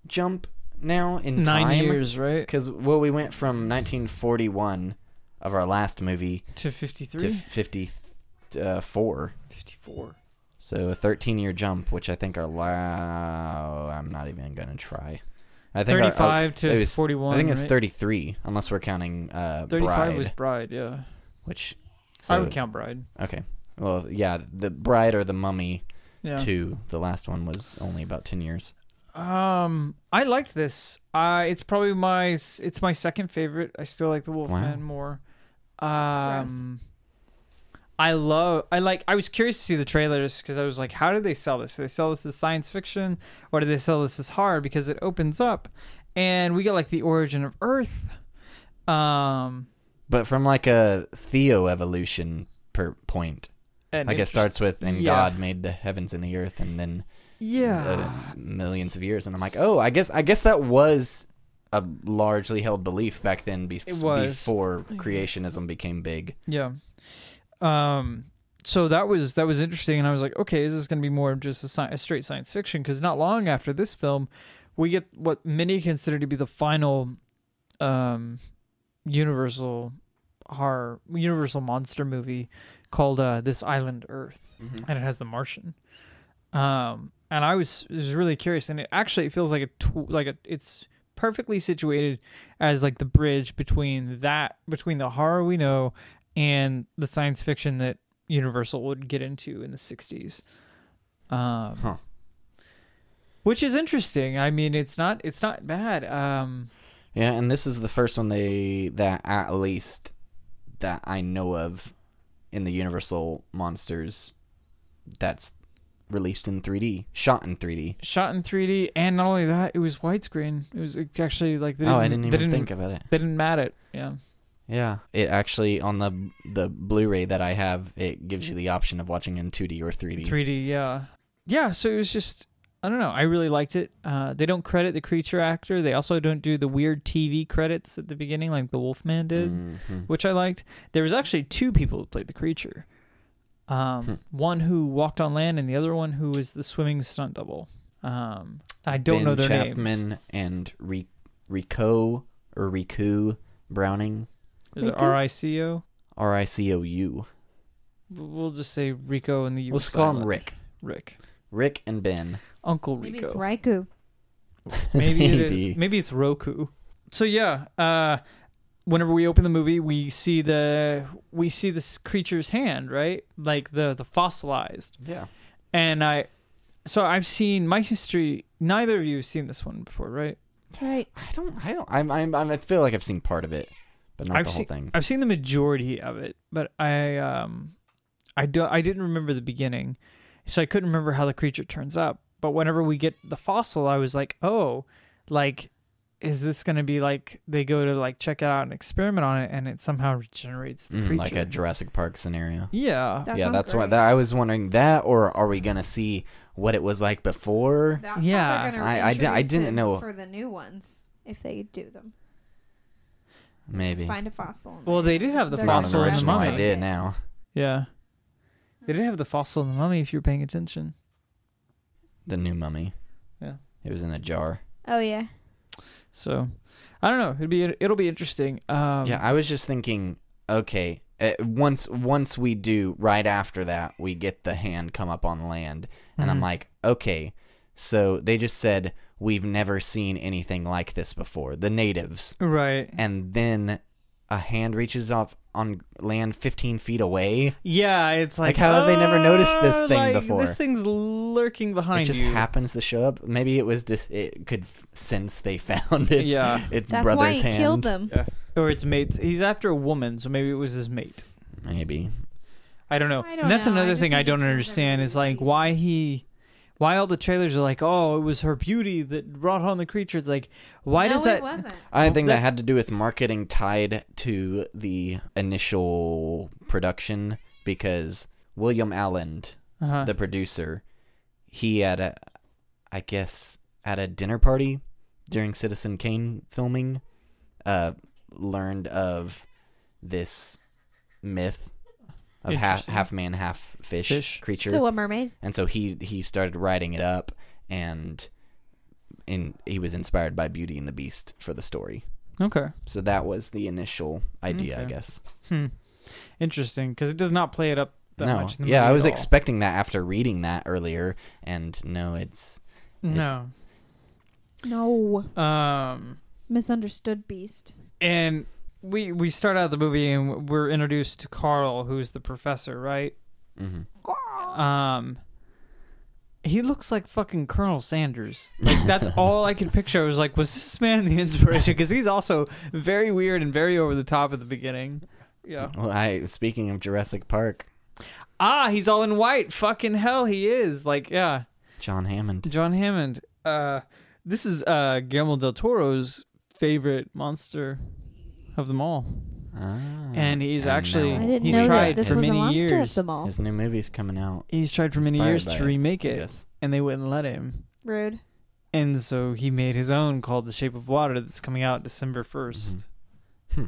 [SPEAKER 1] jump now in
[SPEAKER 4] Nine
[SPEAKER 1] time.
[SPEAKER 4] years, right?
[SPEAKER 1] Because well, we went from 1941 of our last movie
[SPEAKER 4] To 53?
[SPEAKER 1] to 54.
[SPEAKER 4] 54.
[SPEAKER 1] So a 13 year jump, which I think are la- I'm not even gonna try. I think our-
[SPEAKER 4] 35 to
[SPEAKER 1] it was-
[SPEAKER 4] 41.
[SPEAKER 1] I think it's
[SPEAKER 4] right?
[SPEAKER 1] 33, unless we're counting uh,
[SPEAKER 4] 35
[SPEAKER 1] Bride,
[SPEAKER 4] was Bride, yeah.
[SPEAKER 1] which
[SPEAKER 4] I would
[SPEAKER 1] so-
[SPEAKER 4] count Bride.
[SPEAKER 1] Okay, well, yeah, the Bride or the Mummy
[SPEAKER 4] Yeah.
[SPEAKER 1] two, the last one was only about ten years.
[SPEAKER 4] Um, I liked this. Uh, it's probably my s- it's my second favorite. I still like the Wolfman more. Um, I love. I like. I was curious to see the trailers because I was like, how did they sell this? Do they sell this as science fiction, or do they sell this as horror? Because it opens up, and we get like the origin of Earth. Um,
[SPEAKER 1] But from like a Theo evolution per point,
[SPEAKER 4] and
[SPEAKER 1] like it
[SPEAKER 4] interest-
[SPEAKER 1] starts with and
[SPEAKER 4] yeah.
[SPEAKER 1] God made the heavens and the earth, and then
[SPEAKER 4] Yeah.
[SPEAKER 1] uh, millions of years, and I'm like, oh, I guess I guess that was a largely held belief back then be-
[SPEAKER 4] It was.
[SPEAKER 1] before creationism became big.
[SPEAKER 4] Yeah. Um. So that was that was interesting, and I was like, okay, is this going to be more of just a, sci- a straight science fiction? Because not long after this film, we get what many consider to be the final, um, Universal horror Universal monster movie called uh, This Island Earth, and it has the Martian. Um. And I was was really curious, and it actually it feels like a tw- like a it's perfectly situated as like the bridge between that between the horror we know and the science fiction that Universal would get into in the 60s. Um,
[SPEAKER 1] Huh.
[SPEAKER 4] Which is interesting. I mean, it's not it's not bad. Um,
[SPEAKER 1] Yeah, and this is the first one they that at least that I know of in the Universal Monsters that's released in 3D, shot in 3D.
[SPEAKER 4] Shot in 3D, and not only that, it was widescreen. It was actually like they didn't,
[SPEAKER 1] oh, I didn't
[SPEAKER 4] they
[SPEAKER 1] even
[SPEAKER 4] didn't,
[SPEAKER 1] think about it.
[SPEAKER 4] they didn't mat it. Yeah,
[SPEAKER 1] Yeah, it actually on the the Blu-ray that I have, it gives you
[SPEAKER 4] Mm-hmm.
[SPEAKER 1] the option of watching in 2D or 3D.
[SPEAKER 4] 3D. Yeah, yeah. So it was just I don't know. I really liked it. Uh, they don't credit the creature actor. They also don't do the weird TV credits at the beginning like the Wolfman did.
[SPEAKER 1] Mhm.
[SPEAKER 4] which I liked. There was actually two people who played the creature. Um,
[SPEAKER 1] Hmm.
[SPEAKER 4] One who walked on land, and the other one who was the swimming stunt double. Um, I don't
[SPEAKER 1] Ben
[SPEAKER 4] know their names.
[SPEAKER 1] Chapman and Ri- Rico or Riku Browning,
[SPEAKER 4] Is it
[SPEAKER 3] Riku?
[SPEAKER 4] R I C O?
[SPEAKER 1] R I C O U.
[SPEAKER 4] We'll just say Rico and the U.
[SPEAKER 1] We'll
[SPEAKER 4] is
[SPEAKER 1] just call him
[SPEAKER 4] silent.
[SPEAKER 1] Rick.
[SPEAKER 4] Rick.
[SPEAKER 1] Rick and Ben.
[SPEAKER 4] Uncle
[SPEAKER 3] Maybe
[SPEAKER 4] Rico.
[SPEAKER 3] it's Raikou.
[SPEAKER 4] Maybe it
[SPEAKER 1] Maybe.
[SPEAKER 4] is. Maybe it's Roku. So yeah, uh, whenever we open the movie, we see the we see this creature's hand, right? Like the the fossilized.
[SPEAKER 1] Yeah.
[SPEAKER 4] and I, so I've seen my history. Neither of you have seen this one before, right?
[SPEAKER 3] That's right.
[SPEAKER 1] I don't. I don't. I'm. I'm. I'm I feel like I've seen part of it, but not
[SPEAKER 4] I've
[SPEAKER 1] the whole
[SPEAKER 4] seen-
[SPEAKER 1] thing.
[SPEAKER 4] I've seen the majority of it, but I, um, I do, I didn't remember the beginning, so I couldn't remember how the creature turns up. But whenever we get the fossil, I was like, oh, like, is this gonna be like they go to like check it out and experiment on it, and it somehow regenerates the
[SPEAKER 1] Mm,
[SPEAKER 4] creature?
[SPEAKER 1] like a Jurassic Park scenario.
[SPEAKER 4] yeah.
[SPEAKER 3] That
[SPEAKER 1] yeah,
[SPEAKER 3] sounds
[SPEAKER 1] that's
[SPEAKER 3] great.
[SPEAKER 1] what that, I was wondering. That or are we gonna see what it was like before?
[SPEAKER 3] That's how they're
[SPEAKER 4] Yeah,
[SPEAKER 3] gonna
[SPEAKER 1] I- I di- I
[SPEAKER 3] reintroduce
[SPEAKER 1] didn't
[SPEAKER 3] him
[SPEAKER 1] know.
[SPEAKER 3] for the new ones if they do them.
[SPEAKER 1] Maybe.
[SPEAKER 3] Find a fossil.
[SPEAKER 4] Well, they did have the
[SPEAKER 3] They're
[SPEAKER 1] Not an
[SPEAKER 3] gonna
[SPEAKER 4] fossil in the
[SPEAKER 1] original
[SPEAKER 4] mummy.
[SPEAKER 1] idea now.
[SPEAKER 4] Yeah. They didn't have the fossil in the mummy if you were paying attention.
[SPEAKER 1] The new mummy.
[SPEAKER 4] Yeah.
[SPEAKER 1] It was in a jar.
[SPEAKER 3] Oh yeah.
[SPEAKER 4] So I don't know. It'd be it'll be interesting. Um,
[SPEAKER 1] yeah, I was just thinking. Okay, uh, once once we do right after that, we get the hand come up on land, and I'm
[SPEAKER 4] Mhm.
[SPEAKER 1] like, okay. So they just said we've never seen anything like this before. The natives.
[SPEAKER 4] right.
[SPEAKER 1] and then a hand reaches up on land 15 feet away.
[SPEAKER 4] Yeah, it's
[SPEAKER 1] Like,
[SPEAKER 4] like,
[SPEAKER 1] how have they never noticed this
[SPEAKER 4] "Oh,
[SPEAKER 1] thing
[SPEAKER 4] like,
[SPEAKER 1] before?"
[SPEAKER 4] This thing's lurking behind
[SPEAKER 1] it just
[SPEAKER 4] you.
[SPEAKER 1] happens to show up. Maybe it was just it could f- sense they found its
[SPEAKER 4] Yeah.
[SPEAKER 1] its
[SPEAKER 3] That's
[SPEAKER 1] brother's
[SPEAKER 3] why he
[SPEAKER 1] hand.
[SPEAKER 3] killed them.
[SPEAKER 4] or its mate. He's after a woman, so maybe it was his mate.
[SPEAKER 1] Maybe
[SPEAKER 4] I don't know.
[SPEAKER 3] I don't
[SPEAKER 4] and that's
[SPEAKER 3] know. I
[SPEAKER 4] another
[SPEAKER 3] just
[SPEAKER 4] thing I
[SPEAKER 3] think it
[SPEAKER 4] don't
[SPEAKER 3] kills
[SPEAKER 4] understand is
[SPEAKER 3] everybody
[SPEAKER 4] like
[SPEAKER 3] who sees
[SPEAKER 4] why he, why all the trailers are like, oh, it was her beauty that brought on the creature. It's like, why
[SPEAKER 3] no,
[SPEAKER 4] does
[SPEAKER 3] it
[SPEAKER 4] that?
[SPEAKER 3] wasn't.
[SPEAKER 1] I
[SPEAKER 4] Well,
[SPEAKER 1] think
[SPEAKER 4] that-
[SPEAKER 1] that had to do with marketing tied to the initial production because William Allen,
[SPEAKER 4] Uh-huh.
[SPEAKER 1] the producer, he had a, I guess, at a dinner party during Citizen Kane filming, uh, learned of this myth of half
[SPEAKER 4] Interesting.
[SPEAKER 1] half man, half fish,
[SPEAKER 4] Fish.
[SPEAKER 1] creature,
[SPEAKER 3] So a mermaid.
[SPEAKER 1] and so he he started writing it up, and in he was inspired by Beauty and the Beast for the story.
[SPEAKER 4] okay.
[SPEAKER 1] So that was the initial idea, I
[SPEAKER 4] Okay.
[SPEAKER 1] guess.
[SPEAKER 4] Hmm. Interesting, because it does not play it up that
[SPEAKER 1] no,
[SPEAKER 4] much. In the
[SPEAKER 1] yeah,
[SPEAKER 4] movie
[SPEAKER 1] I
[SPEAKER 4] at
[SPEAKER 1] was
[SPEAKER 4] all.
[SPEAKER 1] expecting that after reading that earlier, and no, it's
[SPEAKER 4] No.
[SPEAKER 3] No.
[SPEAKER 4] Um.
[SPEAKER 3] Misunderstood beast.
[SPEAKER 4] and we we start out the movie and we're introduced to Carl, who's the professor, right?
[SPEAKER 1] mhm.
[SPEAKER 4] Um, he looks like fucking Colonel Sanders. Like that's all I could picture. I was like, was this man the inspiration? Because he's also very weird and very over the top at the beginning. Yeah.
[SPEAKER 1] Well, I speaking of Jurassic Park,
[SPEAKER 4] Ah, he's all in white. Fucking hell, he is. Like, yeah.
[SPEAKER 1] John Hammond.
[SPEAKER 4] John Hammond. Uh, this is uh Guillermo del Toro's favorite monster of them all.
[SPEAKER 1] Ah,
[SPEAKER 4] And he's
[SPEAKER 1] I
[SPEAKER 4] actually-
[SPEAKER 1] know.
[SPEAKER 3] I didn't
[SPEAKER 4] He's
[SPEAKER 3] know
[SPEAKER 4] tried
[SPEAKER 3] that this
[SPEAKER 4] for
[SPEAKER 3] was a
[SPEAKER 4] many
[SPEAKER 3] monster
[SPEAKER 4] years.
[SPEAKER 3] of them all.
[SPEAKER 1] His new movie's coming out.
[SPEAKER 4] He's tried for many
[SPEAKER 1] Inspired
[SPEAKER 4] years
[SPEAKER 1] by
[SPEAKER 4] to
[SPEAKER 1] it,
[SPEAKER 4] remake
[SPEAKER 1] I
[SPEAKER 4] it,
[SPEAKER 1] guess.
[SPEAKER 4] and they wouldn't let him.
[SPEAKER 3] Rude.
[SPEAKER 4] And so he made his own called The Shape of Water that's coming out December 1st.
[SPEAKER 1] Hmm.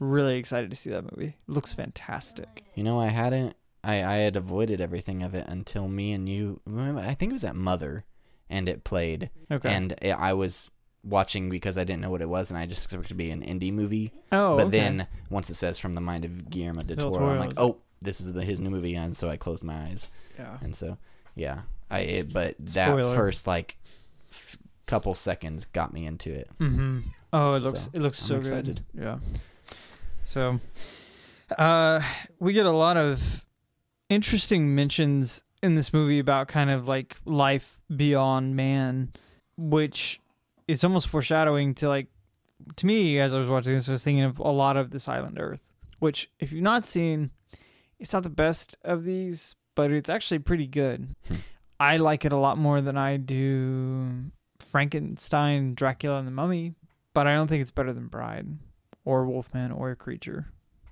[SPEAKER 4] Really excited to see that movie. Looks fantastic.
[SPEAKER 1] You know, I hadn't. I I had avoided everything of it until me and you. remember- I think it was at Mother, and it played,
[SPEAKER 4] Okay.
[SPEAKER 1] and it, I was watching because I didn't know what it was, and I just expected it to be an indie movie.
[SPEAKER 4] oh,
[SPEAKER 1] but
[SPEAKER 4] okay.
[SPEAKER 1] then once it says from the mind of Guillermo del
[SPEAKER 4] Del
[SPEAKER 1] Toro,
[SPEAKER 4] Toro,
[SPEAKER 1] I'm like,
[SPEAKER 4] is it?
[SPEAKER 1] oh, this is the, his new movie, and so I closed my eyes.
[SPEAKER 4] yeah.
[SPEAKER 1] And so, yeah, I it, but that
[SPEAKER 4] Spoiler.
[SPEAKER 1] first like f- couple seconds got me into it.
[SPEAKER 4] hmm Oh, it looks
[SPEAKER 1] So,
[SPEAKER 4] it looks
[SPEAKER 1] I'm
[SPEAKER 4] so
[SPEAKER 1] excited.
[SPEAKER 4] good. Yeah. So, uh, we get a lot of interesting mentions in this movie about kind of like life beyond man, which is almost foreshadowing to like to me, as I was watching this, I was thinking of a lot of this Island Earth, which, if you've not seen, it's not the best of these, but it's actually pretty good.
[SPEAKER 1] Hmm.
[SPEAKER 4] I like it a lot more than I do Frankenstein, Dracula, and the Mummy, but I don't think it's better than Bride or Wolfman or Creature.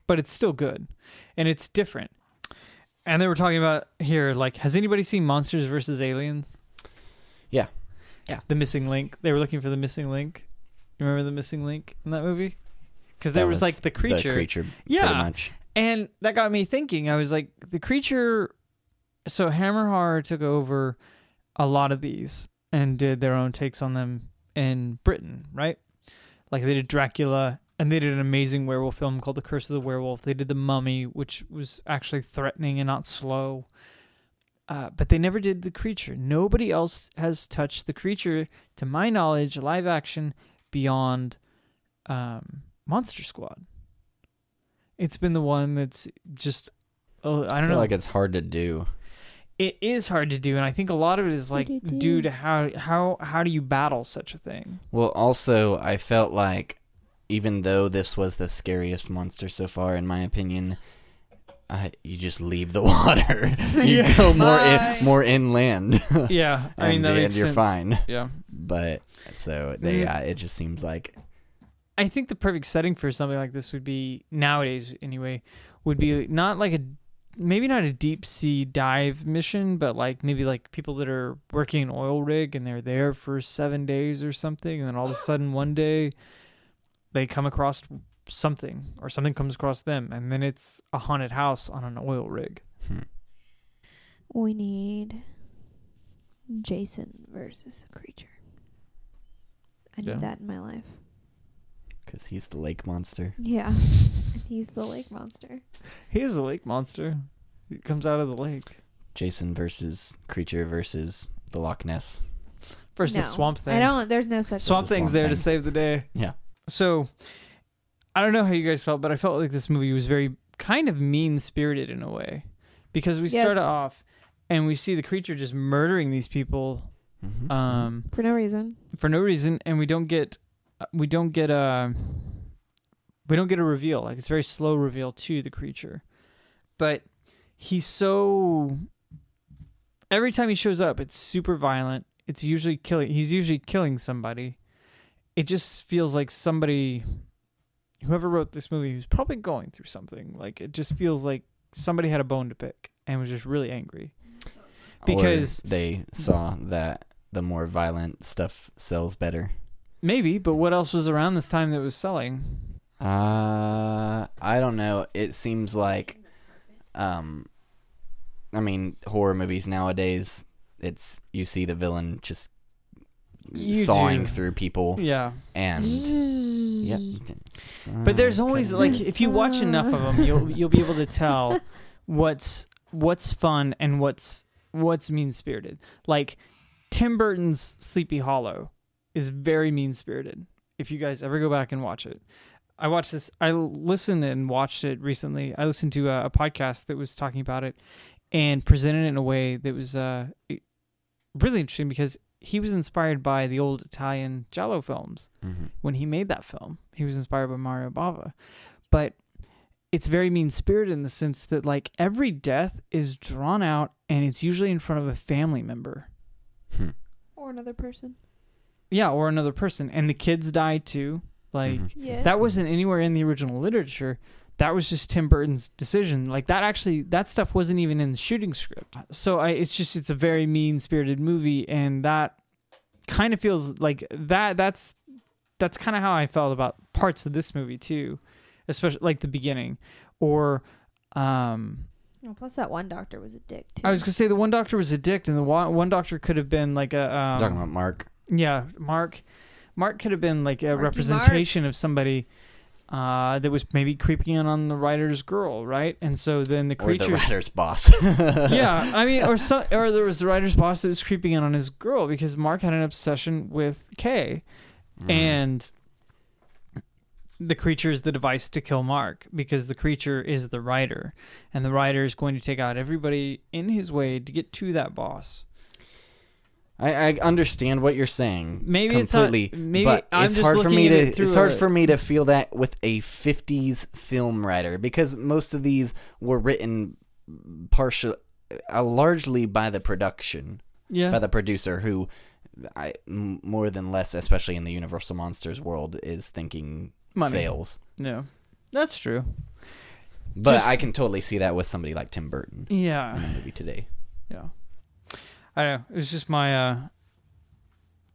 [SPEAKER 4] But it's still good and it's different. And they were talking about here, like, has anybody seen Monsters versus Aliens?
[SPEAKER 1] Yeah. Yeah.
[SPEAKER 4] The missing link. They were looking for the missing link. You remember the missing link in that movie? Because
[SPEAKER 1] That
[SPEAKER 4] there was,
[SPEAKER 1] was
[SPEAKER 4] like the creature.
[SPEAKER 1] The creature,
[SPEAKER 4] Yeah.
[SPEAKER 1] pretty much.
[SPEAKER 4] And that got me thinking. I was like, the creature. So Hammer Horror took over a lot of these and did their own takes on them in Britain, right? Like they did Dracula and they did an amazing werewolf film called The Curse of the Werewolf. They did The Mummy, which was actually threatening and not slow. Uh, but they never did The Creature. Nobody else has touched The Creature, to my knowledge, live action beyond um, Monster Squad. It's been the one that's just, oh, I
[SPEAKER 1] I
[SPEAKER 4] don't
[SPEAKER 1] feel
[SPEAKER 4] know
[SPEAKER 1] like it's hard to do.
[SPEAKER 4] it is hard to do and i think a lot of it is like
[SPEAKER 3] Do-do-do.
[SPEAKER 4] due to how how how do you battle such a thing
[SPEAKER 1] Well, also, I felt like even though this was the scariest monster so far, in my opinion, I, you just leave the water. you
[SPEAKER 4] Yeah.
[SPEAKER 1] go more
[SPEAKER 3] Bye.
[SPEAKER 1] in, more inland.
[SPEAKER 4] yeah i mean
[SPEAKER 1] and,
[SPEAKER 4] that
[SPEAKER 1] and
[SPEAKER 4] makes
[SPEAKER 1] you're
[SPEAKER 4] sense.
[SPEAKER 1] fine.
[SPEAKER 4] yeah
[SPEAKER 1] But so they,
[SPEAKER 4] Mm.
[SPEAKER 1] yeah, it just seems like
[SPEAKER 4] i think the perfect setting for something like this would be nowadays anyway would be not like a maybe not a deep sea dive mission but like maybe like people that are working an oil rig and they're there for seven days or something and then all of a sudden one day they come across something or something comes across them and then it's a haunted house on an oil rig
[SPEAKER 1] hmm,
[SPEAKER 3] We need Jason versus a creature. I need
[SPEAKER 4] Yeah.
[SPEAKER 3] that in my life.
[SPEAKER 1] because he's the lake monster.
[SPEAKER 3] Yeah. And he's the lake monster.
[SPEAKER 4] He is a lake monster. He comes out of the lake
[SPEAKER 1] Jason versus creature versus the Loch Ness.
[SPEAKER 4] versus
[SPEAKER 3] No.
[SPEAKER 4] Swamp Thing.
[SPEAKER 3] I don't there's no such
[SPEAKER 4] Swamp
[SPEAKER 1] Versus
[SPEAKER 4] Thing's
[SPEAKER 1] Swamp
[SPEAKER 4] there to
[SPEAKER 1] Thing.
[SPEAKER 4] save the day.
[SPEAKER 1] Yeah.
[SPEAKER 4] So I don't know how you guys felt, but I felt like this movie was very kind of mean spirited in a way because we
[SPEAKER 3] Yes.
[SPEAKER 4] start off and we see the creature just murdering these people
[SPEAKER 1] Mhm.
[SPEAKER 4] um,
[SPEAKER 3] for no reason.
[SPEAKER 4] for no reason, and we don't get we don't get a we don't get a reveal. Like it's a very slow reveal to the creature, but he's so every time he shows up, it's super violent. It's usually killing. He's usually killing somebody. It just feels like somebody, whoever wrote this movie, who's probably going through something. Like it just feels like somebody had a bone to pick and was just really angry.
[SPEAKER 1] Or
[SPEAKER 4] because-
[SPEAKER 1] they saw that the more violent stuff sells better.
[SPEAKER 4] Maybe, but what else was around this time that was selling?
[SPEAKER 1] Uh, I don't know. It seems like, um, I mean, horror movies nowadays, it's you see the villain just
[SPEAKER 4] You
[SPEAKER 1] sawing
[SPEAKER 4] do.
[SPEAKER 1] through people,
[SPEAKER 4] Yeah.
[SPEAKER 1] and yep. Oh
[SPEAKER 4] But there's always
[SPEAKER 1] Saw-
[SPEAKER 4] like if you watch enough of them, you'll you'll be able to tell what's what's fun and what's what's mean spirited. Like Tim Burton's Sleepy Hollow is very mean spirited. If you guys ever go back and watch it, I watched this. I listened and watched it recently. I listened to a, a podcast that was talking about it and presented it in a way that was uh, really interesting because he was inspired by the old Italian Giallo films
[SPEAKER 1] Mhm.
[SPEAKER 4] when he made that film. He was inspired by Mario Bava. But it's very mean spirited in the sense that like every death is drawn out and it's usually in front of a family member.
[SPEAKER 1] Hmm.
[SPEAKER 3] Or another person.
[SPEAKER 4] Yeah, or another person. And the kids die too. Like
[SPEAKER 1] Mhm.
[SPEAKER 3] Yeah.
[SPEAKER 4] that wasn't anywhere in the original literature. That was just Tim Burton's decision. Like that actually that stuff wasn't even in the shooting script. So I it's just it's a very mean spirited movie and that kind of feels like that that's that's kind of how I felt about parts of this movie too, especially like the beginning or um
[SPEAKER 3] Oh, plus that one doctor was a dick too.
[SPEAKER 4] I was going to say the one doctor was a dick and the one, one doctor could have been like a um,
[SPEAKER 1] talking about Mark.
[SPEAKER 4] yeah, Mark. Mark could have been like a
[SPEAKER 3] Marky
[SPEAKER 4] representation of somebody uh, that was maybe creeping in on the writer's girl, right? And so then the
[SPEAKER 1] Or the
[SPEAKER 4] creature.
[SPEAKER 1] writer's boss.
[SPEAKER 4] yeah, I mean, or some, or there was the writer's boss that was creeping in on his girl because Mark had an obsession with Kay,
[SPEAKER 1] Mhm.
[SPEAKER 4] and the creature is the device to kill Mark because the creature is the writer, and the writer is going to take out everybody in his way to get to that boss.
[SPEAKER 1] I, I understand what you're saying.
[SPEAKER 4] Maybe it's not-
[SPEAKER 1] completely.
[SPEAKER 4] maybe
[SPEAKER 1] but
[SPEAKER 4] I'm
[SPEAKER 1] it's
[SPEAKER 4] just
[SPEAKER 1] hard for
[SPEAKER 4] looking
[SPEAKER 1] me
[SPEAKER 4] at
[SPEAKER 1] to
[SPEAKER 4] it through
[SPEAKER 1] it's hard
[SPEAKER 4] a-
[SPEAKER 1] for me to feel that with a 50s film writer because most of these were written partial uh, largely by the production
[SPEAKER 4] Yeah.
[SPEAKER 1] by the producer who I m more than less especially in the Universal Monsters world is thinking
[SPEAKER 4] Money.
[SPEAKER 1] sales.
[SPEAKER 4] no. That's true.
[SPEAKER 1] But
[SPEAKER 4] Just-
[SPEAKER 1] I can totally see that with somebody like Tim Burton in
[SPEAKER 4] Yeah.
[SPEAKER 1] a movie today.
[SPEAKER 4] Yeah. I don't know. It was just my uh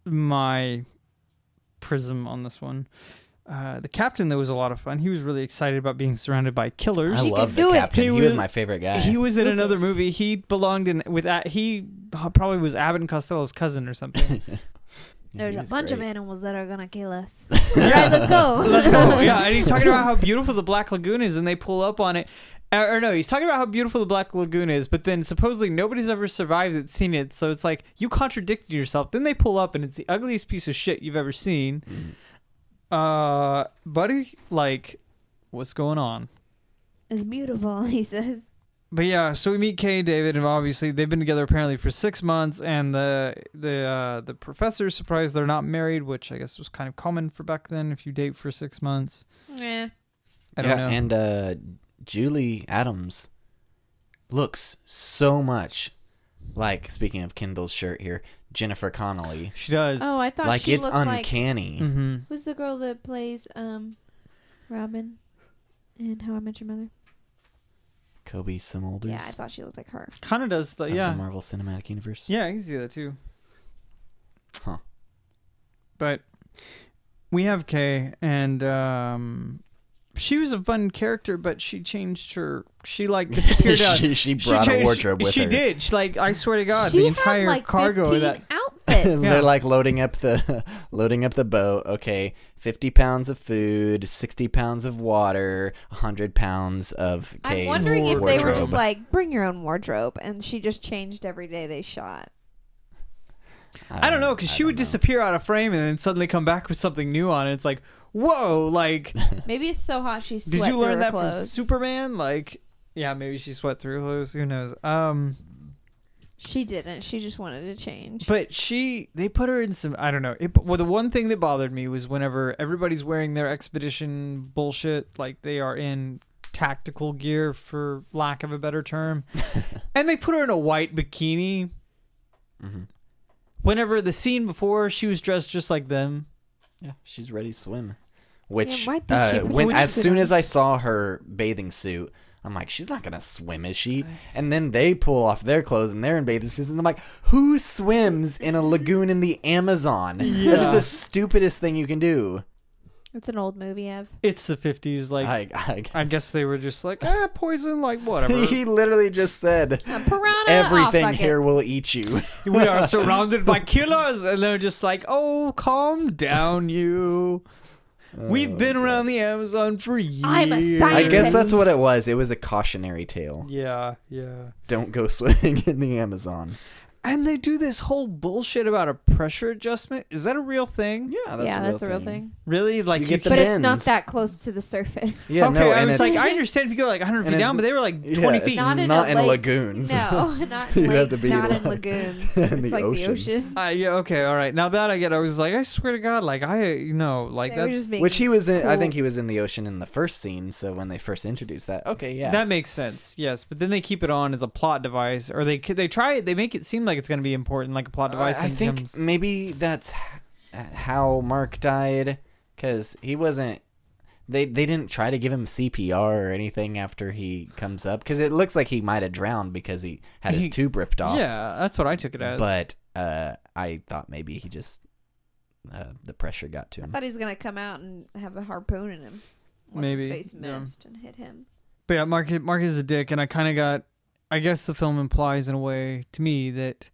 [SPEAKER 4] my prism on this one. Uh, the captain though was a lot of fun. He was really excited about being surrounded by killers.
[SPEAKER 1] I
[SPEAKER 3] He
[SPEAKER 1] love
[SPEAKER 3] could
[SPEAKER 1] the
[SPEAKER 3] do it.
[SPEAKER 1] captain.
[SPEAKER 4] He
[SPEAKER 1] He, was,
[SPEAKER 4] was-
[SPEAKER 1] my favorite guy.
[SPEAKER 4] He was in another movie. He belonged in with that. He probably was Abbott and Costello's cousin or something.
[SPEAKER 3] There's
[SPEAKER 1] he
[SPEAKER 3] a
[SPEAKER 1] was
[SPEAKER 3] bunch of
[SPEAKER 1] great.
[SPEAKER 3] animals that are gonna kill us. All right, let's go.
[SPEAKER 4] Let's go. Yeah, and he's talking about how beautiful the Black Lagoon is, and they pull up on it. Uh, Or, or no, he's talking about how beautiful the Black Lagoon is, but then supposedly nobody's ever survived that's seen it. So it's like you contradicted yourself. Then they pull up, and it's the ugliest piece of shit you've ever seen. Uh, buddy, like, what's going on?
[SPEAKER 3] It's beautiful, he says.
[SPEAKER 4] But yeah, so we meet Kay and David, and obviously they've been together apparently for six months, and the the uh, the professor's surprised they're not married, which I guess was kind of common for back then if you date for six months.
[SPEAKER 3] Yeah.
[SPEAKER 4] I don't
[SPEAKER 1] yeah,
[SPEAKER 4] know.
[SPEAKER 1] And uh, Julie Adams looks so much like, speaking of Kendall's shirt here, Jennifer Connolly.
[SPEAKER 4] she does.
[SPEAKER 3] Oh, I thought
[SPEAKER 1] Like,
[SPEAKER 3] she
[SPEAKER 1] it's
[SPEAKER 3] looked like
[SPEAKER 1] uncanny.
[SPEAKER 4] mm-hmm.
[SPEAKER 3] who's the girl that plays um Robin in How I Met Your Mother?
[SPEAKER 1] Kobe Simolders
[SPEAKER 3] Yeah, I thought she looked like her.
[SPEAKER 4] Kind of does. Like,
[SPEAKER 1] of the
[SPEAKER 4] yeah,
[SPEAKER 1] Marvel Cinematic Universe.
[SPEAKER 4] yeah, I can see that too.
[SPEAKER 1] Huh.
[SPEAKER 4] But we have Kay, and um, she was a fun character, but she changed her. She like disappeared out.
[SPEAKER 1] she, she brought a
[SPEAKER 4] changed-
[SPEAKER 1] wardrobe with
[SPEAKER 4] she
[SPEAKER 1] her.
[SPEAKER 4] did. She, like I swear to God,
[SPEAKER 3] she
[SPEAKER 4] the
[SPEAKER 3] had
[SPEAKER 4] entire
[SPEAKER 3] like
[SPEAKER 4] cargo of
[SPEAKER 3] 15
[SPEAKER 4] that
[SPEAKER 3] outfits.
[SPEAKER 1] They're like loading up the loading up the boat. Okay, fifty pounds of food, sixty pounds of water, hundred pounds of.
[SPEAKER 3] I'm
[SPEAKER 1] Kay's
[SPEAKER 3] wondering if they were
[SPEAKER 1] wardrobe.
[SPEAKER 3] just like, bring your own wardrobe, and she just changed every day they shot.
[SPEAKER 4] I don't know because she would
[SPEAKER 1] know.
[SPEAKER 4] disappear out of frame and then suddenly come back with something new on it. It's like, whoa! Like,
[SPEAKER 3] Maybe it's so hot she sweat
[SPEAKER 4] did you
[SPEAKER 3] through her
[SPEAKER 4] learn that
[SPEAKER 3] clothes.
[SPEAKER 4] from Superman? Like, yeah, maybe she sweat through clothes. Who knows? Um,
[SPEAKER 3] She didn't. She just wanted to change.
[SPEAKER 4] but she, they put her in some. I don't know. It, well, the one thing that bothered me was whenever everybody's wearing their expedition bullshit, like they are in tactical gear for lack of a better term,
[SPEAKER 3] Mm-hmm.
[SPEAKER 4] and they put her in a white bikini. Whenever the scene before, she was dressed just like them.
[SPEAKER 1] Yeah, she's ready to swim. Which
[SPEAKER 3] why did she
[SPEAKER 1] uh,
[SPEAKER 3] put
[SPEAKER 1] when
[SPEAKER 3] the
[SPEAKER 1] as
[SPEAKER 3] swimsuit
[SPEAKER 1] soon
[SPEAKER 3] on?
[SPEAKER 1] as I saw her bathing suit, I'm like, she's not gonna swim, is she? And then they pull off their clothes and they're in bathing suits, and I'm like, who swims in a lagoon in the Amazon? That is
[SPEAKER 4] Yeah.
[SPEAKER 1] the stupidest thing you can do.
[SPEAKER 3] It's an old movie, Ev.
[SPEAKER 4] It's the fifties, like
[SPEAKER 1] I, I,
[SPEAKER 4] I guess they were just like, ah, poison, like whatever.
[SPEAKER 1] he literally just said
[SPEAKER 3] A piranha.
[SPEAKER 1] everything
[SPEAKER 3] oh, fuck it.
[SPEAKER 1] here will eat you.
[SPEAKER 4] we are surrounded by killers, and they're just like, oh, calm down, you. We've been around the Amazon for years.
[SPEAKER 3] I'm a
[SPEAKER 1] I guess
[SPEAKER 3] scientist.
[SPEAKER 1] that's what it was. It was a cautionary tale.
[SPEAKER 4] Yeah, yeah.
[SPEAKER 1] Don't go swimming in the Amazon.
[SPEAKER 4] And they do this whole bullshit about a pressure adjustment. Is that a real thing?
[SPEAKER 1] Yeah,
[SPEAKER 3] yeah, that's a real thing.
[SPEAKER 4] Really? Like
[SPEAKER 1] You get
[SPEAKER 4] you
[SPEAKER 1] the
[SPEAKER 3] But
[SPEAKER 4] can-
[SPEAKER 3] it's not
[SPEAKER 1] bends.
[SPEAKER 3] that close to the surface.
[SPEAKER 1] Yeah,
[SPEAKER 4] okay,
[SPEAKER 1] no,
[SPEAKER 4] I
[SPEAKER 1] and it's
[SPEAKER 4] was like, I understand if you go like 100 feet
[SPEAKER 1] and it's-
[SPEAKER 4] down, but they were like
[SPEAKER 1] yeah,
[SPEAKER 4] 20
[SPEAKER 1] it's
[SPEAKER 4] feet.
[SPEAKER 3] Not in
[SPEAKER 1] not
[SPEAKER 3] a
[SPEAKER 1] in
[SPEAKER 3] lake.
[SPEAKER 1] lagoons.
[SPEAKER 3] No, not in
[SPEAKER 1] You'd have
[SPEAKER 3] lakes,
[SPEAKER 1] to be
[SPEAKER 3] not in
[SPEAKER 1] like-
[SPEAKER 3] lagoons.
[SPEAKER 1] in
[SPEAKER 3] it's
[SPEAKER 1] the
[SPEAKER 3] like the
[SPEAKER 1] ocean.
[SPEAKER 3] ocean.
[SPEAKER 4] Uh, yeah, okay, all right. Now that I get, I was like, I swear to God, like I, you know, like
[SPEAKER 3] They were
[SPEAKER 4] that.
[SPEAKER 3] just being
[SPEAKER 1] Which he was in. I
[SPEAKER 3] cool.
[SPEAKER 1] think he was in the ocean in the first scene. So when they first introduced that, okay, yeah,
[SPEAKER 4] That makes sense, yes. But then they keep it on as a plot device, or they they try it. They make it seem like it's going to be important, like a plot
[SPEAKER 1] Uh,
[SPEAKER 4] device.
[SPEAKER 1] I
[SPEAKER 4] and
[SPEAKER 1] think
[SPEAKER 4] becomes-
[SPEAKER 1] maybe that's h- how Mark died because he wasn't. They they didn't try to give him CPR or anything after he comes up because it looks like he might have drowned because he had his
[SPEAKER 4] He-
[SPEAKER 1] tube ripped off.
[SPEAKER 4] yeah, that's what I took it as.
[SPEAKER 1] but uh, I thought maybe he just uh, the pressure got to him.
[SPEAKER 3] thought he was gonna come out and have a harpoon in him.
[SPEAKER 4] Once his Maybe, face yeah. missed
[SPEAKER 3] and hit him.
[SPEAKER 4] but yeah, Mark Mark is a dick, and I kind of got. I guess the film implies in a way to me that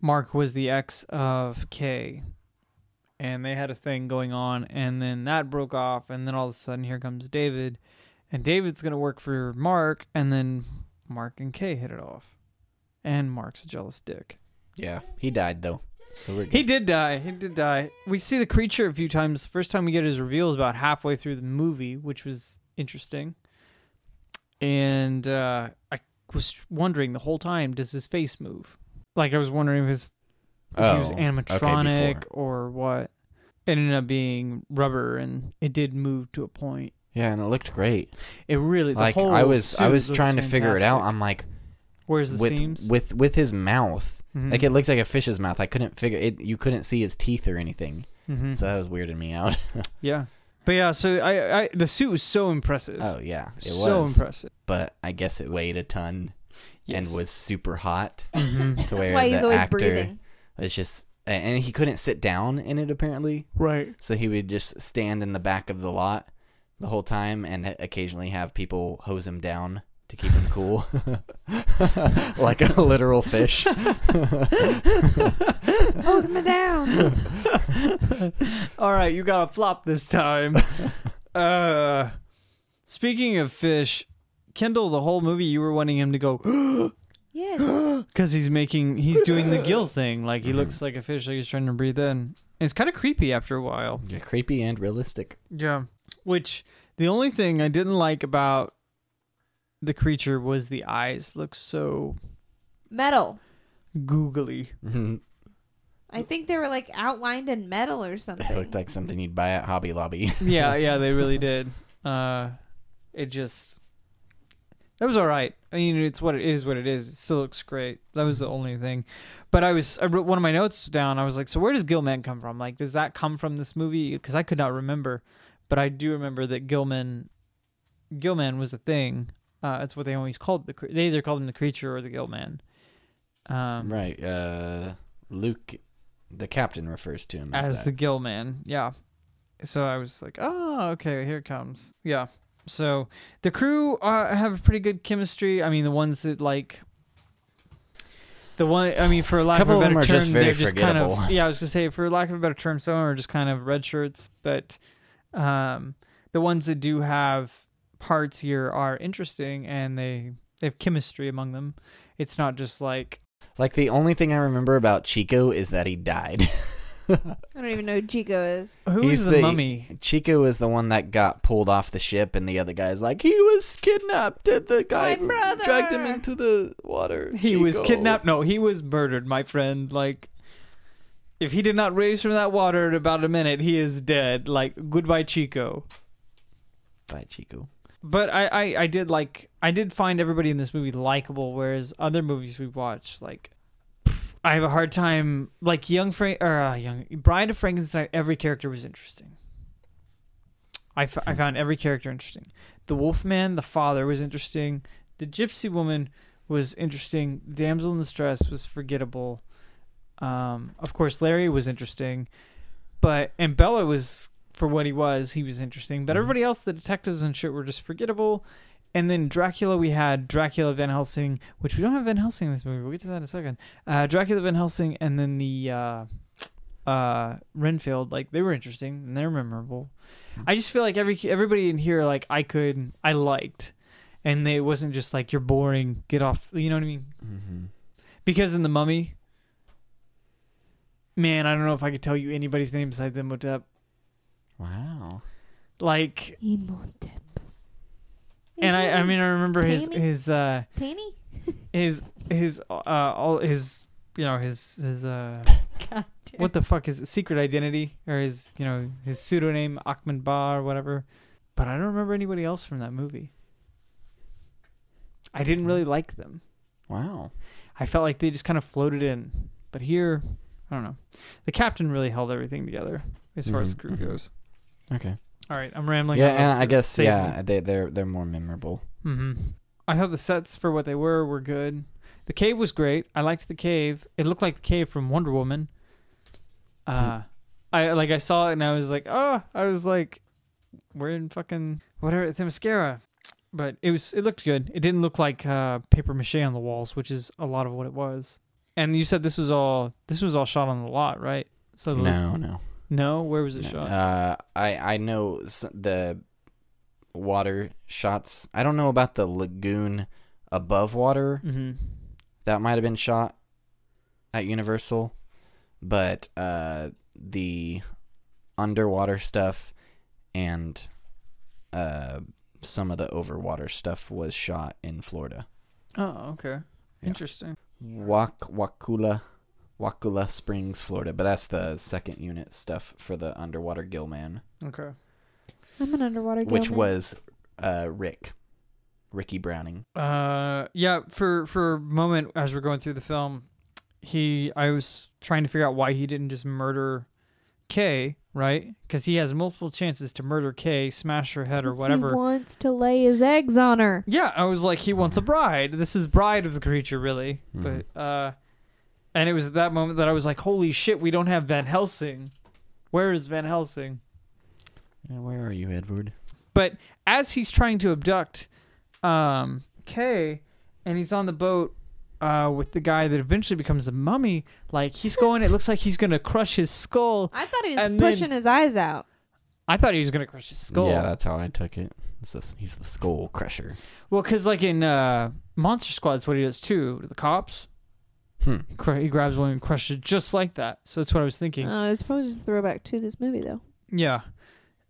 [SPEAKER 4] Mark was the ex of Kay, and they had a thing going on, and then that broke off, and then all of a sudden here comes David, and David's going to work for Mark, and then Mark and Kay hit it off, and Mark's a jealous dick.
[SPEAKER 1] Yeah, he died though. So we're good.
[SPEAKER 4] He did die. He did die. We see the creature a few times. The first time we get his reveal is about halfway through the movie, which was interesting. And uh, I was wondering the whole time, does his face move? Like I was wondering if his if he was
[SPEAKER 1] Oh,
[SPEAKER 4] animatronic
[SPEAKER 1] before.
[SPEAKER 4] or what. It ended up being rubber, and it did move to a point.
[SPEAKER 1] Yeah, and it looked great.
[SPEAKER 4] It really the
[SPEAKER 1] like
[SPEAKER 4] whole
[SPEAKER 1] I was I
[SPEAKER 4] suit
[SPEAKER 1] was
[SPEAKER 4] looks
[SPEAKER 1] trying to figure it out.
[SPEAKER 4] fantastic.
[SPEAKER 1] I'm like
[SPEAKER 4] Where's the
[SPEAKER 1] with
[SPEAKER 4] seams?
[SPEAKER 1] with with his mouth.
[SPEAKER 4] Mhm.
[SPEAKER 1] Like it looks like a fish's mouth. I couldn't figure it. You couldn't see his teeth or anything.
[SPEAKER 4] Mhm.
[SPEAKER 1] So that was weirding me out.
[SPEAKER 4] Yeah, but yeah. So I, I the suit was so impressive.
[SPEAKER 1] oh yeah, it
[SPEAKER 4] so
[SPEAKER 1] was.
[SPEAKER 4] impressive.
[SPEAKER 1] But I guess it weighed a ton
[SPEAKER 4] Yes.
[SPEAKER 1] and was super hot. To
[SPEAKER 4] Mhm.
[SPEAKER 3] That's
[SPEAKER 1] where
[SPEAKER 3] why he's
[SPEAKER 1] Mm, the
[SPEAKER 3] always
[SPEAKER 1] actor
[SPEAKER 3] breathing.
[SPEAKER 1] was just and he couldn't sit down in it apparently.
[SPEAKER 4] right.
[SPEAKER 1] So he would just stand in the back of the lot the whole time and occasionally have people hose him down to keep him cool. like a literal fish.
[SPEAKER 3] Hose me down.
[SPEAKER 4] All right, you got to flop this time. uh, speaking of fish, Kendall, the whole movie you were wanting him to go
[SPEAKER 3] Yes.
[SPEAKER 4] because he's making he's doing the gill thing, like he looks like a fish, like he's trying to breathe in. It's kind of creepy after a while.
[SPEAKER 1] Yeah, creepy and realistic.
[SPEAKER 4] Yeah. Which the only thing I didn't like about the creature was the eyes look so
[SPEAKER 3] Metal.
[SPEAKER 4] googly.
[SPEAKER 1] Mhm.
[SPEAKER 3] I think they were like outlined in metal or
[SPEAKER 1] it
[SPEAKER 3] something.
[SPEAKER 1] looked like something you'd buy at Hobby Lobby.
[SPEAKER 4] yeah, yeah, they really did. Uh, it just that was all right. I mean, it's what it is. What it is. It still looks great. That was the only thing. But I was I wrote one of my notes down. I was like, so where does Gilman come from? Like, does that come from this movie? Because I could not remember, but I do remember that Gilman, Gilman was a thing. Uh, that's what they always called the. cre- They either called him the creature or the Gilman. Um,
[SPEAKER 1] right. Uh, Luke, the captain, refers to him as,
[SPEAKER 4] as
[SPEAKER 1] that.
[SPEAKER 4] the gill man yeah so i was like oh okay here it comes yeah so the crew uh, have pretty good chemistry i mean the ones that like the one i mean for lack
[SPEAKER 1] Couple of
[SPEAKER 4] of a
[SPEAKER 1] them
[SPEAKER 4] better
[SPEAKER 1] are
[SPEAKER 4] term
[SPEAKER 1] just very
[SPEAKER 4] they're just kind of
[SPEAKER 1] forgettable.
[SPEAKER 4] yeah i was gonna say for lack of a better term some of them are just kind of red shirts but um the ones that do have parts here are interesting and they they have chemistry among them it's not just like
[SPEAKER 1] Like the only thing I remember about Chico is that he died.
[SPEAKER 3] I don't even know who Chico is.
[SPEAKER 4] who
[SPEAKER 1] He's
[SPEAKER 4] is the,
[SPEAKER 1] the-
[SPEAKER 4] mummy
[SPEAKER 1] Chico is the one that got pulled off the ship, and the other guy's like, he was kidnapped. The- The guy
[SPEAKER 3] My brother!"
[SPEAKER 1] dragged him into the water.
[SPEAKER 4] He was
[SPEAKER 1] Chico.
[SPEAKER 4] kidnapped. No, he was murdered, my friend. Like, if he did not raise from that water in about a minute, he is dead. Like, goodbye, Chico.
[SPEAKER 1] by Chico.
[SPEAKER 4] But I, I, I did like, I did find everybody in this movie likable, whereas other movies we watched, like, I have a hard time. Like, young Frank or uh, young Bride of Frankenstein, every character was interesting. I, f- I found every character interesting. The Wolfman, the father, was interesting. The Gypsy Woman was interesting. Damsel in Distress was forgettable. Um, of course, Larry was interesting, but and Bella was for what he was. He was interesting, but everybody else, the detectives and shit, were just forgettable. And then Dracula, we had Dracula Van Helsing, which we don't have Van Helsing in this movie. We'll get to that in a second. Uh, Dracula Van Helsing, and then the uh, uh, Renfield, like they were interesting and they're memorable. I just feel like every everybody in here, like I could, I liked, and they- it wasn't just like you're boring, get off. You know what I mean?
[SPEAKER 1] Mm-hmm.
[SPEAKER 4] Because in the Mummy, man, I don't know if I could tell you anybody's name besides Imhotep.
[SPEAKER 1] Wow.
[SPEAKER 4] E Like,
[SPEAKER 3] Imhotep.
[SPEAKER 4] and I, I mean, I remember his
[SPEAKER 3] Tammy?
[SPEAKER 4] his uh
[SPEAKER 3] Tiny?
[SPEAKER 4] his his uh all his you know his his uh
[SPEAKER 3] God damn.
[SPEAKER 4] what the fuck is it? secret identity or his you know his pseudonym Ahmed Ba or whatever. But I don't remember anybody else from that movie. I didn't really like them.
[SPEAKER 1] Wow.
[SPEAKER 4] I felt like they just kind of floated in. But here, I don't know. The captain really held everything together as far as
[SPEAKER 1] Mhm,
[SPEAKER 4] crew
[SPEAKER 1] mhm.
[SPEAKER 4] goes.
[SPEAKER 1] Okay.
[SPEAKER 4] All right, I'm rambling.
[SPEAKER 1] yeah, and I guess yeah, they they're they're more memorable.
[SPEAKER 4] Mm-hmm. I thought the sets for what they were were good. The cave was great. I liked the cave. It looked like the cave from Wonder Woman. Uh, I like I saw it and I was like, oh, I was like, we're in fucking whatever the mascara. But it was it looked good. It didn't look like uh, paper mache on the walls, which is a lot of what it was. And you said this was all this was all shot on the lot, right? So the-
[SPEAKER 1] No, no.
[SPEAKER 4] no, where was it
[SPEAKER 1] no.
[SPEAKER 4] shot?
[SPEAKER 1] Uh, I I know s- the water shots. I don't know about the lagoon above water.
[SPEAKER 4] mm-hmm.
[SPEAKER 1] that might have been shot at Universal, but uh, the underwater stuff and uh, some of the overwater stuff was shot in Florida.
[SPEAKER 4] Oh, okay,
[SPEAKER 1] Yeah.
[SPEAKER 4] interesting.
[SPEAKER 1] Wak Wakula Wakula Springs, Florida. But that's the second unit stuff for the underwater gill man,
[SPEAKER 4] Okay.
[SPEAKER 3] I'm an underwater
[SPEAKER 1] which
[SPEAKER 3] gillman.
[SPEAKER 1] was uh, Rick, Ricky Browning.
[SPEAKER 4] Uh, yeah. For for a moment, as we're going through the film, he I was trying to figure out why he didn't just murder Kay, right? Because he has multiple chances to murder Kay, smash her head or
[SPEAKER 3] 'Cause
[SPEAKER 4] whatever.
[SPEAKER 3] He wants to lay his eggs on her.
[SPEAKER 4] yeah, I was like, he wants a bride. This is bride of the creature, really.
[SPEAKER 1] Mhm.
[SPEAKER 4] But uh, and it was at that moment that I was like, holy shit, we don't have Van Helsing. Where is Van Helsing?
[SPEAKER 1] Yeah, where are you, Edward?
[SPEAKER 4] But as he's trying to abduct um, Kay, and he's on the boat uh, with the guy that eventually becomes the mummy, like he's going, it looks like he's gonna crush his skull.
[SPEAKER 3] I thought he was
[SPEAKER 4] And then-
[SPEAKER 3] pushing his eyes out.
[SPEAKER 4] I thought he was gonna crush his skull.
[SPEAKER 1] Yeah, that's how I took it. It's this- he's the skull crusher.
[SPEAKER 4] Well, because like in uh, Monster Squad, that's what he does too. to The cops,
[SPEAKER 1] Hmm.
[SPEAKER 4] he, cr- he grabs one and crushes it just like that. So that's what I was thinking.
[SPEAKER 3] Oh, it's probably just a throwback to this movie, though.
[SPEAKER 4] yeah.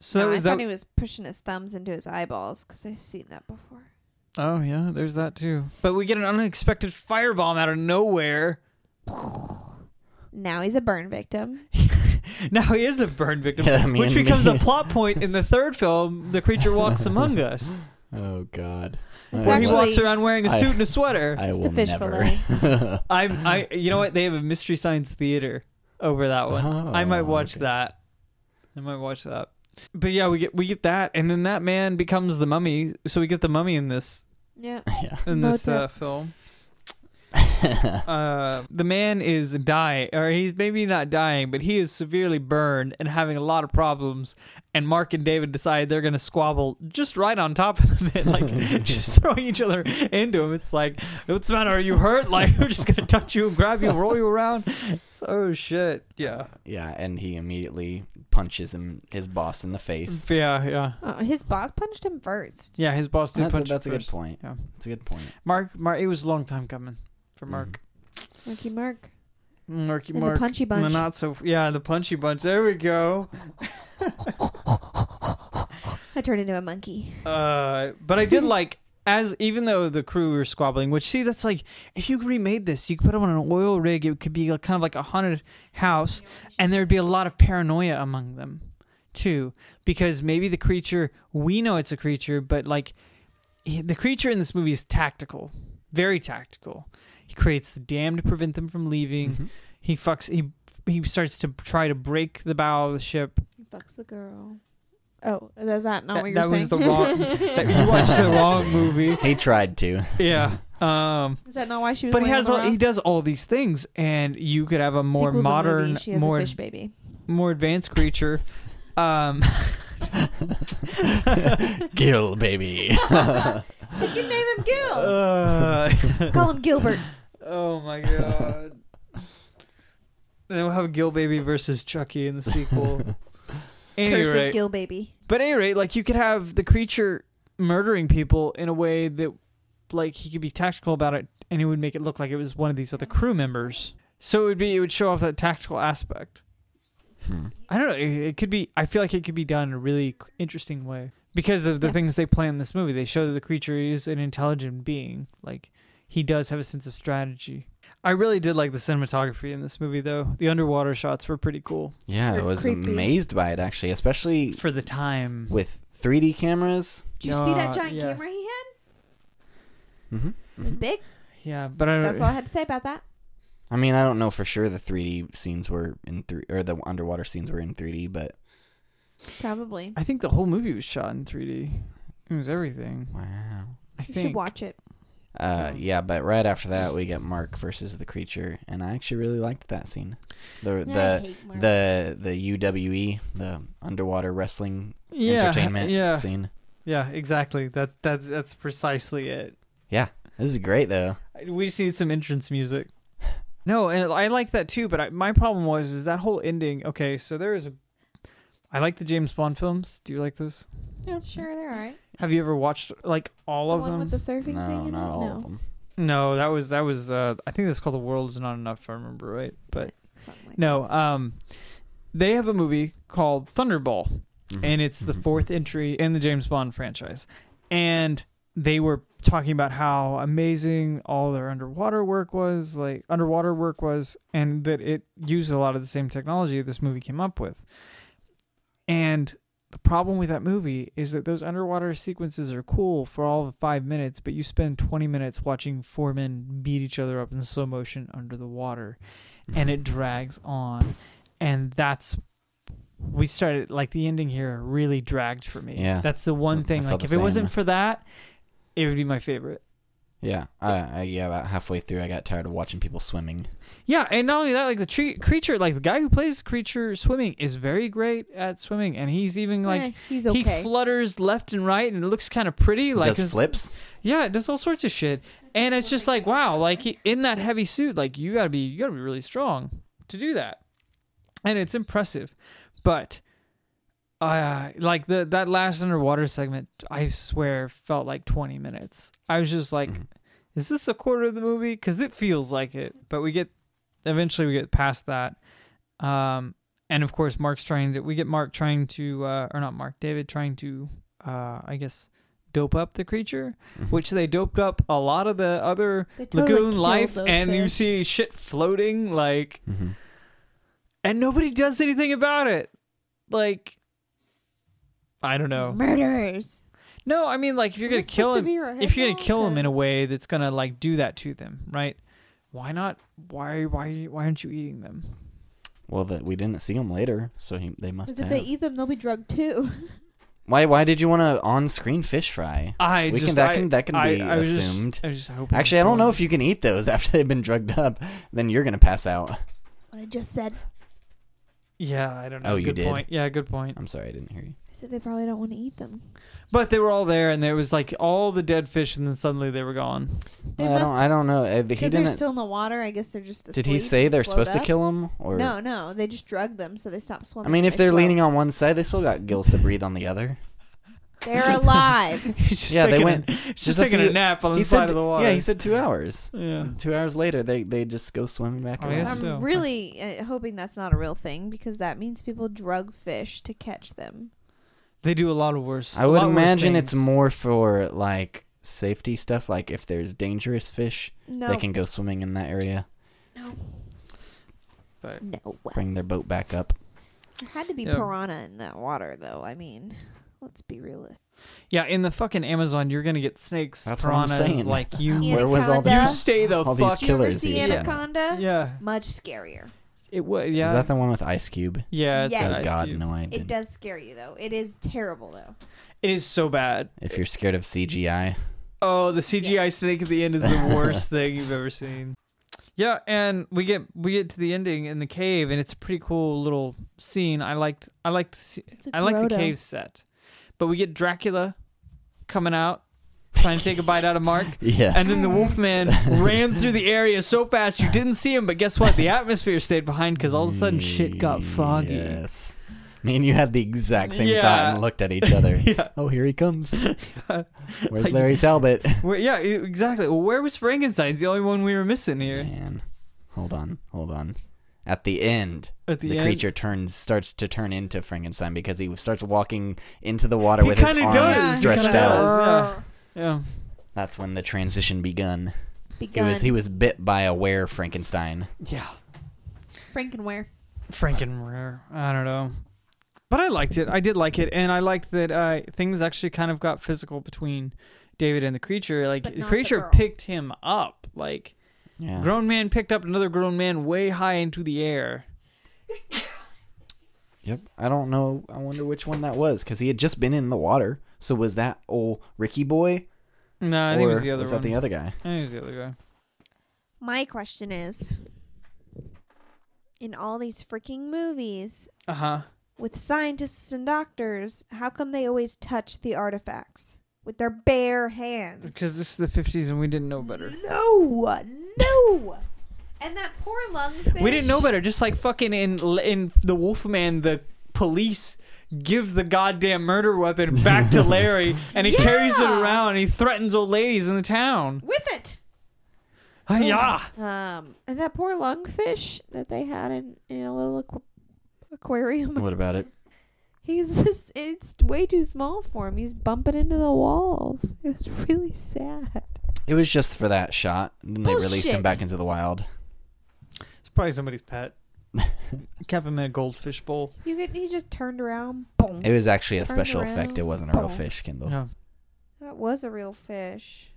[SPEAKER 4] So that
[SPEAKER 3] No,
[SPEAKER 4] was
[SPEAKER 3] I
[SPEAKER 4] that.
[SPEAKER 3] thought he was pushing his thumbs into his eyeballs because I've seen that before.
[SPEAKER 4] oh yeah, there's that too. But we get an unexpected firebomb out of nowhere.
[SPEAKER 3] Now he's a burn victim.
[SPEAKER 4] now he is a burn victim,
[SPEAKER 1] Yeah, me
[SPEAKER 4] which
[SPEAKER 1] and
[SPEAKER 4] becomes
[SPEAKER 1] me.
[SPEAKER 4] a plot point in the third film, The Creature Walks Among Us,
[SPEAKER 1] Oh God.
[SPEAKER 3] It's
[SPEAKER 4] where he
[SPEAKER 3] Actually-
[SPEAKER 4] walks around wearing a
[SPEAKER 1] I-
[SPEAKER 4] suit and a sweater.
[SPEAKER 1] I
[SPEAKER 3] It's
[SPEAKER 1] will
[SPEAKER 3] the fish
[SPEAKER 1] never.
[SPEAKER 3] fillet.
[SPEAKER 4] I'm, I, you know what? They have a Mystery Science Theater over that one. I might
[SPEAKER 1] Oh,
[SPEAKER 4] watch
[SPEAKER 1] okay.
[SPEAKER 4] that. I might watch that. But yeah, we get we get that, and then that man becomes the mummy. So we get the mummy in this
[SPEAKER 3] Yeah.
[SPEAKER 1] Yeah.
[SPEAKER 4] in this
[SPEAKER 3] Not
[SPEAKER 4] uh, film. uh, the man is dying, or he's maybe not dying, but he is severely burned and having a lot of problems. And Mark and David decide they're going to squabble just right on top of the man, like just throwing each other into him. It's like, what's the matter? Are you hurt? Like, we're just going to touch you and grab you and roll you around. It's, oh, shit. Yeah.
[SPEAKER 1] Yeah, and he immediately punches him, his boss in the face.
[SPEAKER 4] Yeah, yeah.
[SPEAKER 3] Oh, his boss punched him first.
[SPEAKER 4] Yeah, his boss did
[SPEAKER 1] That's, a,
[SPEAKER 4] Mm-hmm. punch him
[SPEAKER 1] that's a good
[SPEAKER 4] first.
[SPEAKER 1] point.
[SPEAKER 4] Yeah.
[SPEAKER 1] That's a good point.
[SPEAKER 4] Mark, Mark, it was a long time coming for Mark.
[SPEAKER 3] Marky Mark.
[SPEAKER 4] Marky
[SPEAKER 1] Mm-hmm.
[SPEAKER 3] And
[SPEAKER 4] Mark.
[SPEAKER 3] the punchy
[SPEAKER 4] No,
[SPEAKER 3] bunch.
[SPEAKER 4] not so. Yeah, the punchy bunch. There we go.
[SPEAKER 3] I turned into a monkey.
[SPEAKER 4] Uh, but I did like as even though the crew were squabbling, which see that's like if you remade this, you could put them on an oil rig. It could be like, kind of like a haunted house, and there'd be a lot of paranoia among them too, because maybe the creature we know it's a creature, but like he- the creature in this movie is tactical, very tactical. He creates the dam to prevent them from leaving.
[SPEAKER 1] Mhm.
[SPEAKER 4] He fucks. He he starts to try to break the bow of the ship.
[SPEAKER 3] He fucks the girl. Oh, is that not
[SPEAKER 4] That-
[SPEAKER 3] what you're
[SPEAKER 4] that
[SPEAKER 3] saying?
[SPEAKER 4] was the wrong- that- you watched the wrong movie.
[SPEAKER 1] He tried to.
[SPEAKER 4] Yeah. Um.
[SPEAKER 3] Is that not why she was?
[SPEAKER 4] but he
[SPEAKER 3] laying
[SPEAKER 4] has
[SPEAKER 3] him
[SPEAKER 4] all, he
[SPEAKER 3] around?
[SPEAKER 4] does all these things and you could have a more
[SPEAKER 3] Sequel to the
[SPEAKER 4] modern
[SPEAKER 3] movie, She has
[SPEAKER 4] more
[SPEAKER 3] a fish baby.
[SPEAKER 4] more advanced creature um
[SPEAKER 1] Gil, baby. Hmm.
[SPEAKER 3] She can name him Gil.
[SPEAKER 4] uh,
[SPEAKER 3] Call him Gilbert.
[SPEAKER 4] oh my god then we'll have Gil Baby versus Chucky in the sequel any
[SPEAKER 3] Cursive
[SPEAKER 4] rate,
[SPEAKER 3] Gil baby.
[SPEAKER 4] but any rate like you could have the creature murdering people in a way that like he could be tactical about it and it would make it look like it was one of these other crew members so it would be it would show off that tactical aspect
[SPEAKER 1] Hmm.
[SPEAKER 4] I don't know. It, it could be. I feel like it could be done in a really c- interesting way because of the
[SPEAKER 3] Yeah.
[SPEAKER 4] things they play in this movie. They show that the creature is an intelligent being. Like he does have a sense of strategy. I really did like the cinematography in this movie, though. The underwater shots were pretty cool
[SPEAKER 1] Yeah, I
[SPEAKER 3] They're
[SPEAKER 1] was
[SPEAKER 3] creepy.
[SPEAKER 1] amazed by it actually, especially
[SPEAKER 4] for the time.
[SPEAKER 1] with 3D cameras.
[SPEAKER 3] Did you see that
[SPEAKER 4] Uh,
[SPEAKER 3] giant
[SPEAKER 4] yeah.
[SPEAKER 3] camera he had?
[SPEAKER 1] Mm-hmm.
[SPEAKER 3] It was big.
[SPEAKER 4] Yeah, but I don't.
[SPEAKER 3] That's all I had to say about that.
[SPEAKER 1] I mean, I don't know for sure the 3D scenes were in three or the underwater scenes were in 3D, but
[SPEAKER 3] Probably.
[SPEAKER 4] I think the whole movie was shot in 3D. It was everything.
[SPEAKER 1] wow.
[SPEAKER 4] I
[SPEAKER 3] You
[SPEAKER 4] think.
[SPEAKER 3] should watch it.
[SPEAKER 1] Uh,
[SPEAKER 4] So-
[SPEAKER 1] Yeah, but right after that we get Mark versus the creature, and I actually really liked that scene. The
[SPEAKER 3] I
[SPEAKER 1] the
[SPEAKER 3] hate Mark.
[SPEAKER 1] the the UWE, the underwater wrestling
[SPEAKER 4] Yeah,
[SPEAKER 1] entertainment
[SPEAKER 4] Yeah,
[SPEAKER 1] scene.
[SPEAKER 4] yeah, exactly. That that that's precisely it.
[SPEAKER 1] This is great though.
[SPEAKER 4] We just need some entrance music. No, and I like that too. But I, my problem was is that whole ending. Okay, so there is a. I like the James Bond films. Do you like those?
[SPEAKER 3] Yeah, sure, they're all right.
[SPEAKER 4] Have you ever watched like all
[SPEAKER 3] The
[SPEAKER 4] of
[SPEAKER 3] one
[SPEAKER 4] them?
[SPEAKER 3] with the surfing
[SPEAKER 1] No,
[SPEAKER 3] thing in
[SPEAKER 1] not
[SPEAKER 3] it?
[SPEAKER 1] all
[SPEAKER 3] no.
[SPEAKER 1] of them.
[SPEAKER 4] no, that was that was. Uh, I think that's called The World's Not Enough. If I remember right, but
[SPEAKER 3] Something like
[SPEAKER 4] no. Um, they have a movie called Thunderball.
[SPEAKER 1] Mhm.
[SPEAKER 4] and it's the
[SPEAKER 1] Mhm.
[SPEAKER 4] fourth entry in the James Bond franchise. And they were talking about how amazing all their underwater work was, like underwater work was, and that it used a lot of the same technology this movie came up with. And the problem with that movie is that those underwater sequences are cool for all of five minutes, but you spend 20 minutes watching four men beat each other up in slow motion under the water, and it
[SPEAKER 1] Mm-hmm.
[SPEAKER 4] drags on. And that's we started like the ending here really dragged for me.
[SPEAKER 1] Yeah.
[SPEAKER 4] that's the one
[SPEAKER 1] I
[SPEAKER 4] thing.
[SPEAKER 1] felt
[SPEAKER 4] Like
[SPEAKER 1] the
[SPEAKER 4] if it wasn't
[SPEAKER 1] same.
[SPEAKER 4] for that, it would be my favorite.
[SPEAKER 1] Yeah, I, I, yeah. About halfway through, I got tired of watching people swimming.
[SPEAKER 4] Yeah, and not only that, like the tree, creature, like the guy who plays creature swimming is very great at swimming, and he's even like
[SPEAKER 3] Eh, he's
[SPEAKER 4] he
[SPEAKER 3] okay.
[SPEAKER 4] flutters left and right, and it looks kind of pretty. Like
[SPEAKER 1] Does
[SPEAKER 4] it's-
[SPEAKER 1] flips?
[SPEAKER 4] Yeah, it does all sorts of shit, and it's just like wow, like he- in that heavy suit, like you gotta be you gotta be really strong to do that, and it's impressive, but. Uh, like the that last underwater segment, I swear felt like twenty minutes. I was just like,
[SPEAKER 1] Mm-hmm.
[SPEAKER 4] "Is this a quarter of the movie?" Because it feels like it. But we get eventually we get past that, um, and of course Mark's trying to. We get Mark trying to, uh, or not Mark, David trying to, uh, I guess, dope up the creature, which they doped up a lot of the other
[SPEAKER 3] They totally
[SPEAKER 4] lagoon
[SPEAKER 3] killed
[SPEAKER 4] life,
[SPEAKER 3] those
[SPEAKER 4] and you
[SPEAKER 3] fish.
[SPEAKER 4] see shit floating like,
[SPEAKER 1] Mm-hmm.
[SPEAKER 4] and nobody does anything about it. Like, I don't know.
[SPEAKER 3] murderers.
[SPEAKER 4] No, I mean like if you're
[SPEAKER 3] Is
[SPEAKER 4] gonna
[SPEAKER 3] this
[SPEAKER 4] kill
[SPEAKER 3] supposed to
[SPEAKER 4] him,
[SPEAKER 3] be your
[SPEAKER 4] if you're gonna
[SPEAKER 3] headphone?
[SPEAKER 4] kill him in a
[SPEAKER 3] 'Cause-
[SPEAKER 4] way that's gonna like do that to them, right? Why not? Why why why aren't you eating them?
[SPEAKER 1] Well, that we didn't see them later, so he, they must
[SPEAKER 3] Because
[SPEAKER 1] have.
[SPEAKER 3] if they eat them, they'll be drugged too.
[SPEAKER 1] why? Why did you want to on-screen fish fry?
[SPEAKER 4] I
[SPEAKER 1] We can-
[SPEAKER 4] just
[SPEAKER 1] that
[SPEAKER 4] I-
[SPEAKER 1] can- that can
[SPEAKER 4] I-
[SPEAKER 1] be
[SPEAKER 4] I was just-
[SPEAKER 1] assumed.
[SPEAKER 4] I was just hoping
[SPEAKER 1] Actually, I don't know
[SPEAKER 4] for
[SPEAKER 1] if you can eat those after they've been drugged up. Then you're gonna pass out.
[SPEAKER 3] what I just said.
[SPEAKER 4] one. Yeah, I don't know.
[SPEAKER 1] Oh,
[SPEAKER 4] good
[SPEAKER 1] you did.
[SPEAKER 4] point. Yeah, good point.
[SPEAKER 1] I'm sorry, I didn't hear you.
[SPEAKER 3] I said they probably don't want to eat them.
[SPEAKER 4] But they were all there, and there was like all the dead fish, and then suddenly they were gone.
[SPEAKER 3] They
[SPEAKER 1] I don't.
[SPEAKER 3] must
[SPEAKER 1] I don't know. Uh, He
[SPEAKER 3] because they're
[SPEAKER 1] didn't.
[SPEAKER 3] still in the water. I guess they're just.
[SPEAKER 1] Did he
[SPEAKER 3] asleep
[SPEAKER 1] say
[SPEAKER 3] and
[SPEAKER 1] they're
[SPEAKER 3] float
[SPEAKER 1] supposed to
[SPEAKER 3] up.
[SPEAKER 1] kill him? Or
[SPEAKER 3] No, no, they just drug them, so they stopped swimming.
[SPEAKER 1] I mean,
[SPEAKER 3] and
[SPEAKER 1] if
[SPEAKER 3] they
[SPEAKER 1] they're
[SPEAKER 3] float.
[SPEAKER 1] leaning on one side, they still got gills to breathe on the other.
[SPEAKER 3] they're alive.
[SPEAKER 4] He's just
[SPEAKER 1] Yeah, they
[SPEAKER 4] taking a-
[SPEAKER 1] went-
[SPEAKER 4] he's
[SPEAKER 1] just
[SPEAKER 4] just
[SPEAKER 1] a
[SPEAKER 4] taking
[SPEAKER 1] few-
[SPEAKER 4] a nap on
[SPEAKER 1] he
[SPEAKER 4] the side
[SPEAKER 1] said,
[SPEAKER 4] of the water.
[SPEAKER 1] Yeah, he said two hours.
[SPEAKER 4] yeah.
[SPEAKER 1] Two hours later, they they just go swimming back
[SPEAKER 4] Oh,
[SPEAKER 1] around.
[SPEAKER 4] yes.
[SPEAKER 3] I'm
[SPEAKER 4] So-
[SPEAKER 3] really uh, hoping that's not a real thing because that means people drug fish to catch them.
[SPEAKER 4] They do a lot of worse.
[SPEAKER 1] I
[SPEAKER 4] a
[SPEAKER 1] would
[SPEAKER 4] lot worse
[SPEAKER 1] imagine it's
[SPEAKER 4] things.
[SPEAKER 1] more for like safety stuff. Like if there's dangerous fish,
[SPEAKER 3] No,
[SPEAKER 1] they can go swimming in that area,
[SPEAKER 3] no,
[SPEAKER 4] But-
[SPEAKER 3] no.
[SPEAKER 1] bring their boat back up.
[SPEAKER 3] There had to be
[SPEAKER 4] Yeah.
[SPEAKER 3] piranha in that water, though. I mean, let's be realistic.
[SPEAKER 4] Yeah, in the fucking Amazon, you're gonna get snakes,
[SPEAKER 1] That's what I'm
[SPEAKER 4] piranhas,
[SPEAKER 1] saying.
[SPEAKER 4] like you.
[SPEAKER 3] Yeah.
[SPEAKER 1] Where was all
[SPEAKER 3] Anaconda.
[SPEAKER 4] You
[SPEAKER 1] the?
[SPEAKER 4] stay the
[SPEAKER 1] All these
[SPEAKER 4] fuck.
[SPEAKER 3] Do you ever
[SPEAKER 1] killers
[SPEAKER 3] see
[SPEAKER 1] these, yeah.
[SPEAKER 3] anaconda?
[SPEAKER 4] Yeah,
[SPEAKER 3] Much scarier.
[SPEAKER 4] it would. Yeah,
[SPEAKER 1] Is that the one with Ice Cube?
[SPEAKER 4] yeah. It's got
[SPEAKER 3] Yes.
[SPEAKER 1] Oh
[SPEAKER 4] ice
[SPEAKER 1] God,
[SPEAKER 4] cube.
[SPEAKER 1] no, I
[SPEAKER 3] It
[SPEAKER 1] didn't.
[SPEAKER 3] does scare you, though. It is terrible, though.
[SPEAKER 4] It is so bad.
[SPEAKER 1] If you're scared of CGI,
[SPEAKER 4] Oh, the CGI
[SPEAKER 3] Yes.
[SPEAKER 4] snake at the end is the worst thing you've ever seen. Yeah, and we get we get to the ending in the cave, and it's a pretty cool little scene. I liked I liked see,
[SPEAKER 3] It's a
[SPEAKER 4] I like the
[SPEAKER 3] grotto.
[SPEAKER 4] cave set, but we get Dracula coming out trying to take a bite out of Mark.
[SPEAKER 1] yes.
[SPEAKER 4] And then the Wolfman ran through the area so fast you didn't see him, but guess what? The atmosphere stayed behind because all of a sudden shit got foggy.
[SPEAKER 1] Yes. Me and you had the exact same
[SPEAKER 4] Yeah.
[SPEAKER 1] thought and looked at each other.
[SPEAKER 4] Yeah.
[SPEAKER 1] Oh, here he comes. Where's
[SPEAKER 4] Like-
[SPEAKER 1] Larry Talbot?
[SPEAKER 4] Where, yeah, e- exactly. Well, where was Frankenstein's the only one we were missing here
[SPEAKER 1] Man, hold on, hold on. At the end,
[SPEAKER 4] at the,
[SPEAKER 1] the
[SPEAKER 4] end.
[SPEAKER 1] creature turns starts to turn into Frankenstein because he starts walking into the water
[SPEAKER 4] He
[SPEAKER 1] with his
[SPEAKER 4] kinda
[SPEAKER 1] arms
[SPEAKER 4] does. He
[SPEAKER 1] stretched
[SPEAKER 4] kinda
[SPEAKER 1] out.
[SPEAKER 4] does.
[SPEAKER 3] Uh,
[SPEAKER 4] Yeah.
[SPEAKER 1] That's when the transition begun.
[SPEAKER 3] Begun.
[SPEAKER 1] He was he was bit by a were Frankenstein.
[SPEAKER 4] Yeah.
[SPEAKER 3] Frankenware.
[SPEAKER 4] Frankenware. I don't know. But I liked it. I did like it, and I liked that uh, things actually kind of got physical between David and the creature. Like
[SPEAKER 3] But
[SPEAKER 4] the
[SPEAKER 3] not the
[SPEAKER 4] creature
[SPEAKER 3] girl.
[SPEAKER 4] picked him up. Like
[SPEAKER 1] Yeah.
[SPEAKER 4] grown man picked up another grown man way high into the air.
[SPEAKER 1] Yep. I don't know. I wonder which one that was because he had just been in the water. So was that old Ricky boy?
[SPEAKER 4] No, I think it was
[SPEAKER 1] or
[SPEAKER 4] the other
[SPEAKER 1] was
[SPEAKER 4] one.
[SPEAKER 1] that the other guy?
[SPEAKER 4] I think it was the other guy.
[SPEAKER 3] My question is in all these freaking movies
[SPEAKER 4] Uh huh.
[SPEAKER 3] with scientists and doctors, how come they always touch the artifacts with their bare hands?
[SPEAKER 4] Because this is the fifties, and we didn't know better.
[SPEAKER 3] no, no. And that poor lungfish.
[SPEAKER 4] We didn't know better. Just like fucking in in the Wolfman, the police give the goddamn murder weapon back to Larry, and he carries it
[SPEAKER 3] Yeah.
[SPEAKER 4] around, and he threatens old ladies in the town. Oh.
[SPEAKER 3] With it.
[SPEAKER 4] Yeah.
[SPEAKER 3] Um, and that poor lungfish that they had in, in a little aqu- aquarium.
[SPEAKER 1] What about it?
[SPEAKER 3] He's just, it's way too small for him. He's bumping into the walls. It was really sad.
[SPEAKER 1] It was just for that shot. And then they released him
[SPEAKER 3] Bullshit.
[SPEAKER 1] back into the wild.
[SPEAKER 4] It's probably somebody's pet. Kept him in a goldfish bowl.
[SPEAKER 3] You get, he just turned around. Boom.
[SPEAKER 1] It was actually a
[SPEAKER 3] Turned
[SPEAKER 1] special effect. It
[SPEAKER 3] around.
[SPEAKER 1] wasn't a real
[SPEAKER 3] Boom.
[SPEAKER 1] fish, Kendall.
[SPEAKER 4] No.
[SPEAKER 3] that was a real fish.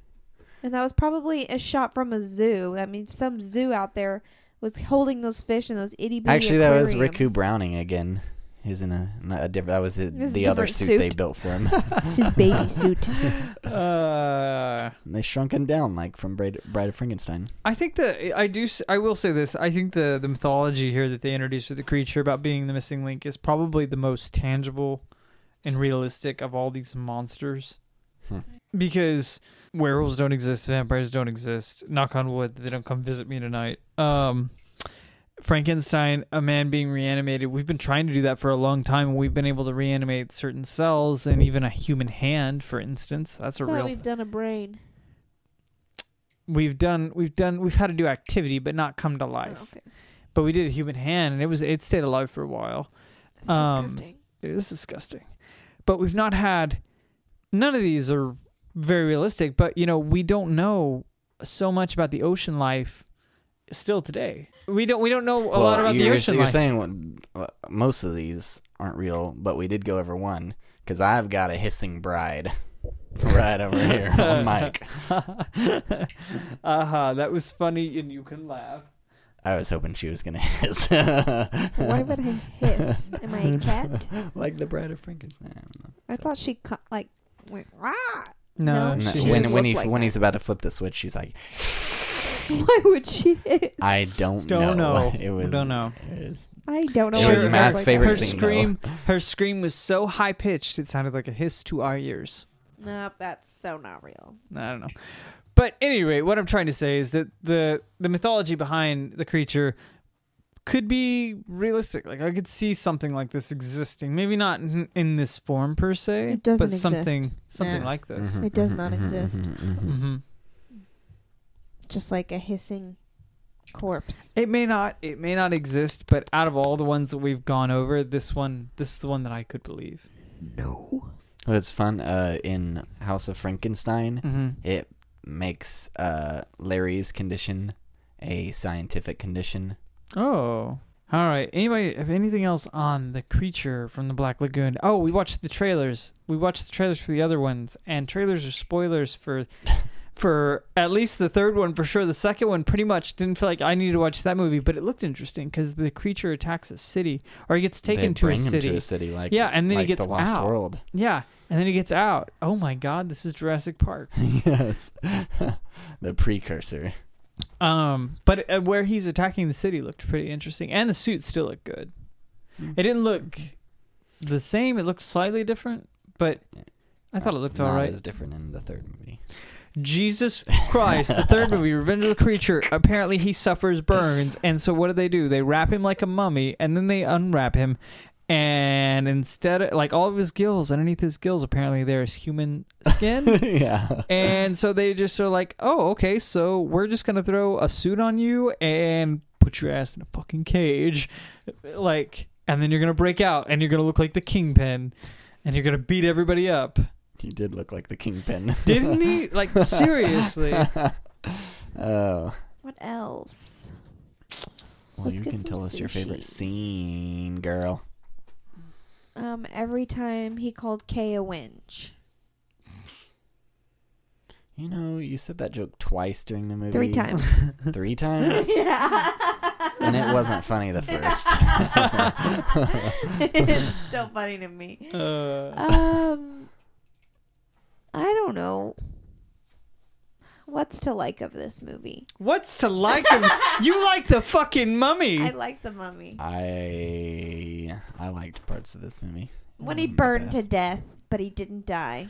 [SPEAKER 3] And that was probably a shot from a zoo. That means some zoo out there was holding those fish in those itty bitty
[SPEAKER 1] Actually, that was Riku
[SPEAKER 3] Brown.
[SPEAKER 1] Browning again. He's in a, not a different. That was the,
[SPEAKER 3] was a
[SPEAKER 1] the other
[SPEAKER 3] different
[SPEAKER 1] suit, they
[SPEAKER 3] suit.
[SPEAKER 1] built for him.
[SPEAKER 3] It's his baby suit.
[SPEAKER 4] Uh,
[SPEAKER 1] and they shrunk him down like from Bride, Bride of Frankenstein.
[SPEAKER 4] I think the I do s- I will say this. I think the the mythology here that they introduced with the creature about being the missing link is probably the most tangible and realistic of all these monsters.
[SPEAKER 1] Hmm.
[SPEAKER 4] Because werewolves don't exist, vampires don't exist. Knock on wood, they don't come visit me tonight. Um Frankenstein, a man being reanimated. We've been trying to do that for a long time, and we've been able to reanimate certain cells and even a human hand, for instance. That's a
[SPEAKER 3] Thought
[SPEAKER 4] real
[SPEAKER 3] we've done a brain.
[SPEAKER 4] we've done we've done we've had to do activity but not come to
[SPEAKER 3] Oh,
[SPEAKER 4] life
[SPEAKER 3] okay.
[SPEAKER 4] but we did a human hand and it was it stayed alive for a while
[SPEAKER 3] That's
[SPEAKER 4] Um,
[SPEAKER 3] disgusting.
[SPEAKER 4] it is disgusting but we've not had none of these are very realistic but you know we don't know so much about the ocean life still today we don't we don't know a lot about the
[SPEAKER 1] you're,
[SPEAKER 4] ocean
[SPEAKER 1] you're
[SPEAKER 4] life
[SPEAKER 1] saying what, uh, most of these aren't real, but we did go over one because I've got a hissing bride right over here on mic.
[SPEAKER 4] uh-huh that was funny and you can laugh
[SPEAKER 1] I was hoping she was gonna hiss.
[SPEAKER 3] Why would I hiss? Am I a cat?
[SPEAKER 1] like the Bride of Frankenstein.
[SPEAKER 3] I thought she cu- like went rah.
[SPEAKER 4] no,
[SPEAKER 3] No,
[SPEAKER 1] No,
[SPEAKER 4] she
[SPEAKER 3] she
[SPEAKER 1] when
[SPEAKER 3] just
[SPEAKER 1] when,
[SPEAKER 3] looks
[SPEAKER 1] he,
[SPEAKER 3] like
[SPEAKER 1] when
[SPEAKER 3] that.
[SPEAKER 1] he's about to flip the switch, she's like,
[SPEAKER 3] Why would she hiss?
[SPEAKER 1] "I don't,
[SPEAKER 4] don't know,
[SPEAKER 1] It was
[SPEAKER 4] don't know
[SPEAKER 1] it was-
[SPEAKER 3] I don't know.
[SPEAKER 1] It
[SPEAKER 3] why
[SPEAKER 1] was
[SPEAKER 3] she
[SPEAKER 1] Matt's
[SPEAKER 3] like
[SPEAKER 1] favorite
[SPEAKER 4] her
[SPEAKER 3] that.
[SPEAKER 1] scene, though.
[SPEAKER 4] scream her scream was so high pitched it sounded like a hiss to our ears
[SPEAKER 3] Nope, that's so not real.
[SPEAKER 4] i don't know but any rate what i'm trying to say is that the the mythology behind the creature could be realistic like i could see something like this existing maybe not in, in this form per se
[SPEAKER 3] It doesn't
[SPEAKER 4] but something
[SPEAKER 3] exist.
[SPEAKER 4] something
[SPEAKER 3] Nah.
[SPEAKER 4] like this
[SPEAKER 1] Mhm,
[SPEAKER 3] It does
[SPEAKER 1] mhm,
[SPEAKER 3] not
[SPEAKER 1] mhm,
[SPEAKER 3] exist.
[SPEAKER 1] mhm, mhm.
[SPEAKER 4] hmm
[SPEAKER 3] Just like a hissing corpse.
[SPEAKER 4] it may not it may not exist but out of all the ones that we've gone over this one this is the one that i could believe
[SPEAKER 3] No.
[SPEAKER 1] Well, it's fun. Uh, in House of Frankenstein,
[SPEAKER 4] mm-hmm.
[SPEAKER 1] it makes uh Larry's condition a scientific condition.
[SPEAKER 4] Oh. All right. Anybody have anything else on the creature from the Black Lagoon? Oh, we watched the trailers. We watched the trailers for the other ones, and trailers are spoilers for for at least the third one for sure. The second one pretty much didn't feel like I needed to watch that movie, but it looked interesting because the creature attacks a city or he gets
[SPEAKER 1] They
[SPEAKER 4] taken to a
[SPEAKER 1] bring him
[SPEAKER 4] city.
[SPEAKER 1] to a city, like
[SPEAKER 4] Yeah, and then he
[SPEAKER 1] like the
[SPEAKER 4] gets
[SPEAKER 1] Lost
[SPEAKER 4] out.
[SPEAKER 1] World.
[SPEAKER 4] yeah, and then he gets out. Oh my God, this is Jurassic Park.
[SPEAKER 1] yes, the precursor.
[SPEAKER 4] Um, but uh, where he's attacking the city looked pretty interesting, and the suit still looked good. Mm. It didn't look the same; it looked slightly different, but I thought it looked all
[SPEAKER 1] Not
[SPEAKER 4] right.
[SPEAKER 1] as different in the third movie.
[SPEAKER 4] Jesus Christ, the third movie, Revenge of the Creature. Apparently, he suffers burns, and so what do they do? They wrap him like a mummy, and then they unwrap him, and instead, of, like all of his gills, underneath his gills, apparently there is human skin.
[SPEAKER 1] yeah.
[SPEAKER 4] And so they just are like, oh, okay, so we're just going to throw a suit on you and put your ass in a fucking cage. Like, and then you're going to break out and you're going to look like the kingpin and you're going to beat everybody up.
[SPEAKER 1] He did look like the kingpin.
[SPEAKER 4] Didn't he? Like, seriously.
[SPEAKER 1] oh.
[SPEAKER 3] What else?
[SPEAKER 1] Well,
[SPEAKER 3] Let's
[SPEAKER 1] you
[SPEAKER 3] get
[SPEAKER 1] can
[SPEAKER 3] some
[SPEAKER 1] tell us your favorite
[SPEAKER 3] sushi.
[SPEAKER 1] scene, girl.
[SPEAKER 3] Um, every time he called Kay a wench.
[SPEAKER 1] You know, you said that joke twice during the movie.
[SPEAKER 3] Three times.
[SPEAKER 1] Three times?
[SPEAKER 3] yeah.
[SPEAKER 1] and it wasn't funny the first.
[SPEAKER 3] it's still funny to me.
[SPEAKER 4] Uh,
[SPEAKER 3] Um, I don't know. What's to like of this movie?
[SPEAKER 4] what's to like him? You like the fucking mummy.
[SPEAKER 3] I like the mummy.
[SPEAKER 1] I I liked parts of this movie.
[SPEAKER 3] When he
[SPEAKER 1] wasn't the
[SPEAKER 3] burned to
[SPEAKER 1] best.
[SPEAKER 3] death, but he didn't die.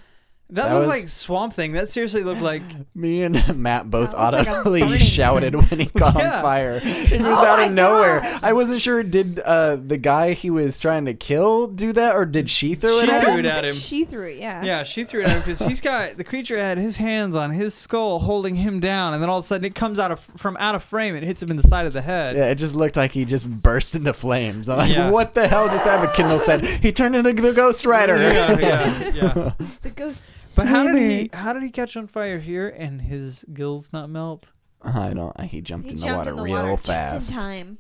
[SPEAKER 4] That,
[SPEAKER 1] That
[SPEAKER 4] looked
[SPEAKER 1] was-
[SPEAKER 4] like Swamp Thing. That seriously looked like
[SPEAKER 1] Me and Matt both
[SPEAKER 3] That looks like I'm
[SPEAKER 1] audibly
[SPEAKER 3] burning.
[SPEAKER 1] shouted when he caught
[SPEAKER 4] Yeah.
[SPEAKER 1] on fire. It was
[SPEAKER 3] Oh
[SPEAKER 1] out
[SPEAKER 3] my
[SPEAKER 1] of nowhere.
[SPEAKER 3] gosh.
[SPEAKER 1] I wasn't sure did uh, the guy he was trying to kill do that or did she throw
[SPEAKER 4] She
[SPEAKER 1] it? at
[SPEAKER 4] threw
[SPEAKER 1] him?
[SPEAKER 4] it at him.
[SPEAKER 3] She threw it, yeah.
[SPEAKER 4] Yeah, she threw it at him because he's got the creature had his hands on his skull, holding him down, and then all of a sudden it comes out of from out of frame and hits him in the side of the head.
[SPEAKER 1] Yeah, it just looked like he just burst into flames. I'm like,
[SPEAKER 4] Yeah.
[SPEAKER 1] what the hell just happened? Kendall said he turned into the Ghost Rider.
[SPEAKER 4] Yeah, yeah, yeah.
[SPEAKER 3] It's the ghost.
[SPEAKER 4] But how did
[SPEAKER 3] swimmer.
[SPEAKER 4] he? How did he catch on fire here and his gills not melt?
[SPEAKER 1] I don't. He jumped
[SPEAKER 3] He
[SPEAKER 1] in the
[SPEAKER 3] jumped
[SPEAKER 1] water
[SPEAKER 3] in the
[SPEAKER 1] real
[SPEAKER 3] water just
[SPEAKER 1] fast.
[SPEAKER 3] in time.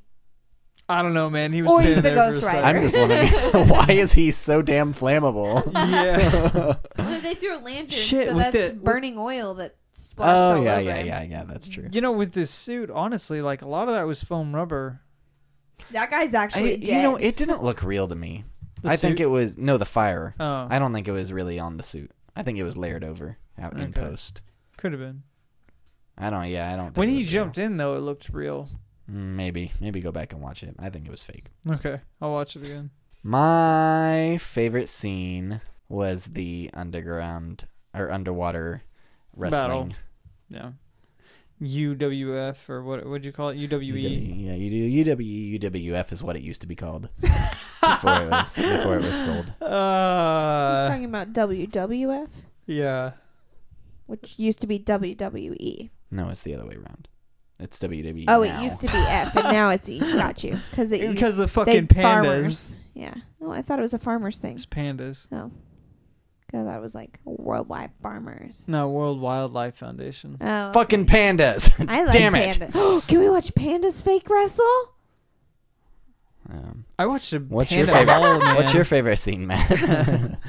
[SPEAKER 4] I don't know, man. He was
[SPEAKER 3] Or he's
[SPEAKER 4] standing
[SPEAKER 3] the
[SPEAKER 4] there
[SPEAKER 3] Ghost
[SPEAKER 4] for a
[SPEAKER 3] Rider.
[SPEAKER 1] I'm just wondering why is he so damn flammable?
[SPEAKER 4] second. yeah.
[SPEAKER 3] Well, they threw a lantern,
[SPEAKER 4] Shit,
[SPEAKER 3] so
[SPEAKER 4] with the-
[SPEAKER 3] that's burning oil that splashed
[SPEAKER 1] oh
[SPEAKER 3] all
[SPEAKER 1] yeah,
[SPEAKER 3] over
[SPEAKER 1] yeah,
[SPEAKER 3] him.
[SPEAKER 1] yeah, yeah. That's true.
[SPEAKER 4] You know, with this suit, honestly, like a lot of that was foam rubber.
[SPEAKER 3] That guy's actually
[SPEAKER 1] I,
[SPEAKER 3] dead.
[SPEAKER 1] you know, it didn't look real to me.
[SPEAKER 4] The
[SPEAKER 1] I think
[SPEAKER 4] suit?
[SPEAKER 1] it was no the fire.
[SPEAKER 4] Oh,
[SPEAKER 1] I don't think it was really on the suit. I think it was layered over out in
[SPEAKER 4] Okay.
[SPEAKER 1] post.
[SPEAKER 4] could have been.
[SPEAKER 1] I don't. Yeah, I don't. Think
[SPEAKER 4] When
[SPEAKER 1] it
[SPEAKER 4] he
[SPEAKER 1] was real.
[SPEAKER 4] jumped in, though, it looked real.
[SPEAKER 1] Mm, maybe maybe go back and watch it. I think it was fake.
[SPEAKER 4] Okay, I'll watch it again.
[SPEAKER 1] My favorite scene was the underground or underwater wrestling.
[SPEAKER 4] Yeah. UWF or what? What'd you call it? E. UWE.
[SPEAKER 1] UW, E. yeah, you do E UW UWF is what it used to be called before it was before it was sold.
[SPEAKER 3] He's
[SPEAKER 4] Uh,
[SPEAKER 3] talking about WWF,
[SPEAKER 4] yeah.
[SPEAKER 3] which used to be WWE.
[SPEAKER 1] No, it's the other way around. It's WWE.
[SPEAKER 3] Oh,
[SPEAKER 1] now.
[SPEAKER 3] it used to be F, and now it's E. Got you. Because it used
[SPEAKER 4] Because the
[SPEAKER 3] they-
[SPEAKER 4] fucking pandas.
[SPEAKER 3] Farmers. Yeah. No, I thought it was a farmer's thing.
[SPEAKER 4] It's pandas.
[SPEAKER 3] Oh. Because that was like worldwide farmers.
[SPEAKER 4] No, World Wildlife Foundation.
[SPEAKER 3] Oh.
[SPEAKER 1] fucking pandas.
[SPEAKER 3] I like
[SPEAKER 1] Damn it.
[SPEAKER 3] pandas. Can we watch pandas fake wrestle?
[SPEAKER 1] Um,
[SPEAKER 4] I watched a
[SPEAKER 1] What's your
[SPEAKER 4] panda
[SPEAKER 1] favorite-
[SPEAKER 4] ball, man.
[SPEAKER 1] what's your favorite scene, Matt?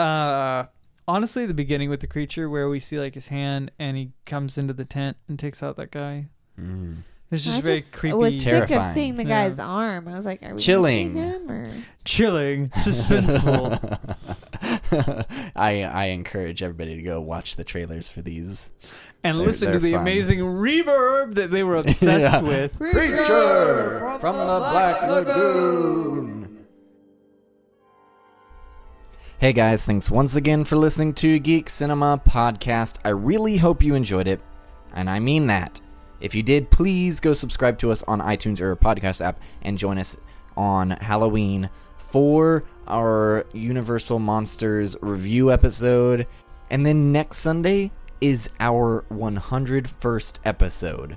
[SPEAKER 4] Uh, honestly, the beginning with the creature where we see like his hand and he comes into the tent and takes out that guy.
[SPEAKER 1] Mm.
[SPEAKER 4] It's just
[SPEAKER 3] I
[SPEAKER 4] very
[SPEAKER 3] just
[SPEAKER 4] creepy,
[SPEAKER 3] was sick of
[SPEAKER 1] Terrifying.
[SPEAKER 3] seeing the
[SPEAKER 4] Yeah.
[SPEAKER 3] guy's arm. I was like, are we
[SPEAKER 1] Chilling.
[SPEAKER 3] chilling him or?
[SPEAKER 4] chilling, suspenseful.
[SPEAKER 1] I I encourage everybody to go watch the trailers for these.
[SPEAKER 4] and
[SPEAKER 1] They're-
[SPEAKER 4] listen to
[SPEAKER 1] they're
[SPEAKER 4] the
[SPEAKER 1] fun.
[SPEAKER 4] amazing reverb that they were
[SPEAKER 1] Yeah.
[SPEAKER 4] obsessed with.
[SPEAKER 1] Creature from the Black Lagoon.
[SPEAKER 5] Hey guys, thanks once again for listening to Geek Cinema Podcast. I really hope you enjoyed it, and I mean that. If you did, please go subscribe to us on iTunes or your podcast app and join us on Halloween for our Universal Monsters review episode. And then next Sunday is our 101st episode.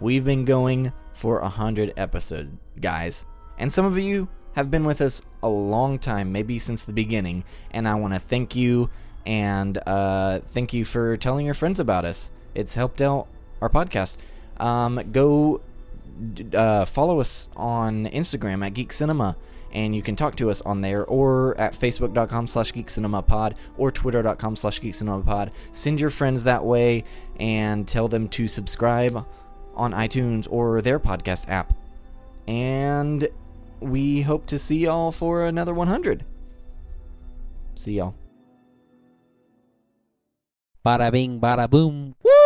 [SPEAKER 5] We've been going for 100 episodes, guys. And some of you have been with us a long time, maybe since the beginning. And I want to thank you and uh, thank you for telling your friends about us. It's helped out our podcast. Um, go d- uh, follow us on Instagram at Geek Cinema, and you can talk to us on there or at facebook.com slash Geek Cinema Pod or twitter.com slash Geek Cinema Pod. Send your friends that way and tell them to subscribe on iTunes or their podcast app. And we hope to see y'all for another 100. See y'all.
[SPEAKER 6] Bada bing, bada boom. Woo!